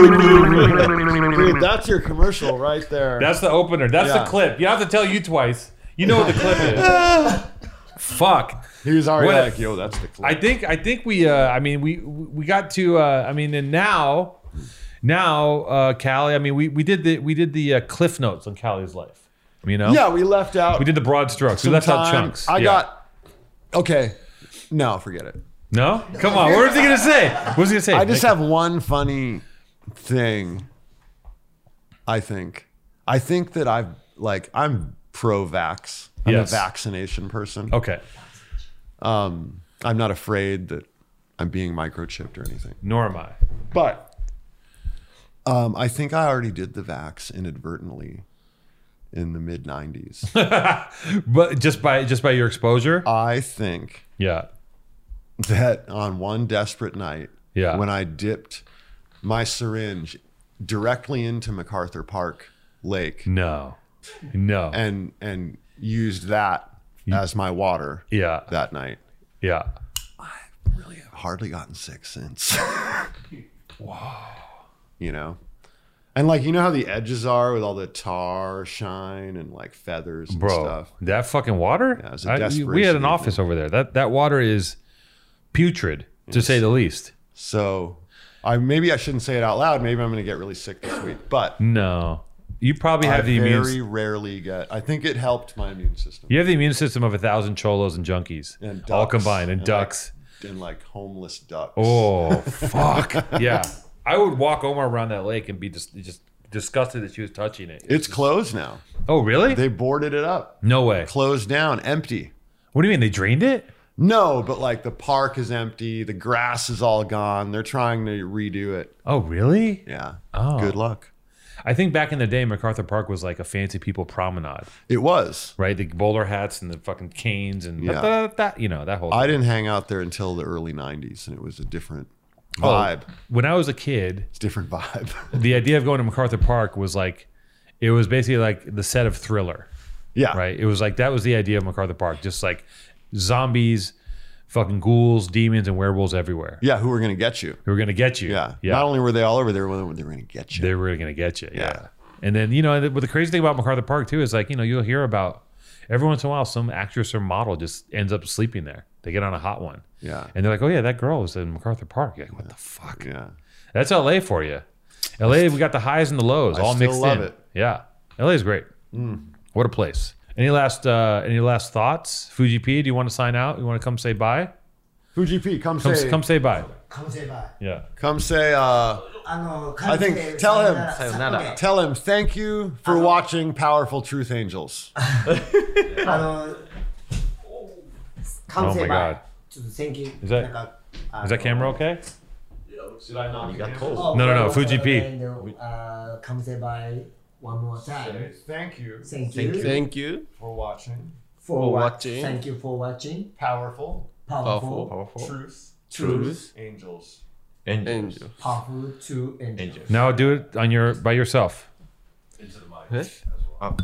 Dude, that's your commercial right there. That's the opener. That's Yeah. the clip. You don't have to tell you twice. You know what the clip is. fuck. He was already What- like, yo, that's the clip. I think I think we uh, I mean we we got to uh, I mean and now now uh, Callie I mean we, we did the we did the uh, cliff notes on Callie's life you know yeah, we left out. we did the broad strokes we some left out time. chunks I Yeah. got okay. No, forget it. no come on what was he gonna say what was he gonna say I just Like- have one funny thing. I think. I think that I've like I'm pro-vax. I'm Yes. Oh. a vaccination person. okay Um, I'm not afraid that I'm being microchipped or anything. nor am I But um, I think I already did the vax inadvertently in the mid 90s. but just by just by your exposure I think yeah that on one desperate night, Yeah. when I dipped my syringe directly into MacArthur Park Lake no no and and used that as my water yeah that night, yeah I've hardly gotten sick since. Wow. You know? And like you know how the edges are with all the tar shine and like feathers and bro stuff. that fucking water Yeah, it was a I- we- we had desperation an office over there that that water is putrid to say the least So I maybe I shouldn't say it out loud. Maybe I'm gonna get really sick this week. But No, you probably have I the very immune. rarely get. I think it helped my immune system you have the immune system of a thousand cholos and junkies, And all ducks. combined, and And, like, ducks. and like homeless ducks. Oh fuck! Yeah, I would walk Omar around that lake and be just just disgusted that she was touching it. it's closed now. oh really? They boarded it up, no way. closed down, empty. What do you mean they drained it? No, but like the park is empty. The grass is all gone. They're trying to redo it. Oh really? Yeah. Oh. Good luck. I think back in the day, MacArthur Park was like a fancy people promenade, It was. right? The bowler hats and the fucking canes and Yeah. that, you know, that whole. I didn't hang out there until the early '90s, and it was a different Oh. vibe. when I was a kid, It's a different vibe. the idea of going to MacArthur Park was like, it was basically like the set of Thriller. yeah. right? It was like that was the idea of MacArthur Park, just like zombies, fucking ghouls, demons, and werewolves everywhere. Yeah. Who were gonna get you? They were gonna get you. Yeah. yeah. Not only were they all over there, they were gonna get you. they were gonna get you. Yeah. Yeah. And then you know, and the- but the crazy thing about MacArthur Park too is like you know you'll hear about every once in a while some actress or model just ends up sleeping there. They get on a hot one. Yeah. And they're like, oh yeah, that girl was in MacArthur Park. You're like, what the fuck? yeah. That's LA for you. LA, we got the highs and the lows all still mixed love in. it. Mm. Yeah, LA is great. What a place. Any last uh, any last thoughts, Fuji P? Do you want to sign out? You want to come say bye? Fuji P, come, Come say, come come, say bye. Come say bye. Yeah. say. Uh, I think- tell him. Sayonara. tell him thank you for watching Powerful Truth Angels. あの、完成 Oh my God. ちょっと千切 Is that- なんかあの Is that camera okay? Should I not? got cold. Oh, No, no, no, for- Fuji P. and, uh, Come say bye one more time. Thank you Thank you. Thank you. Thank you. for watching for for wa- watching. Thank you for watching. Powerful Powerful, powerful, Truth Truth. Angels. Angel. powerful to angel. Angel. Now do it on your by yourself. Into the mic. Huh? as well.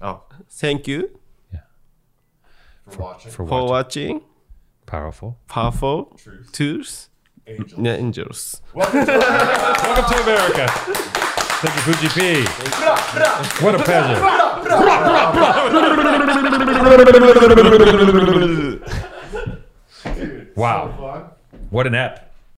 Oh. oh. Thank you For watching For for what? watching. Powerful. Powerful Truth Tools Angels. and Angels. Welcome to America. Thank you, Fuji P. What a pleasure. Wow. What an app.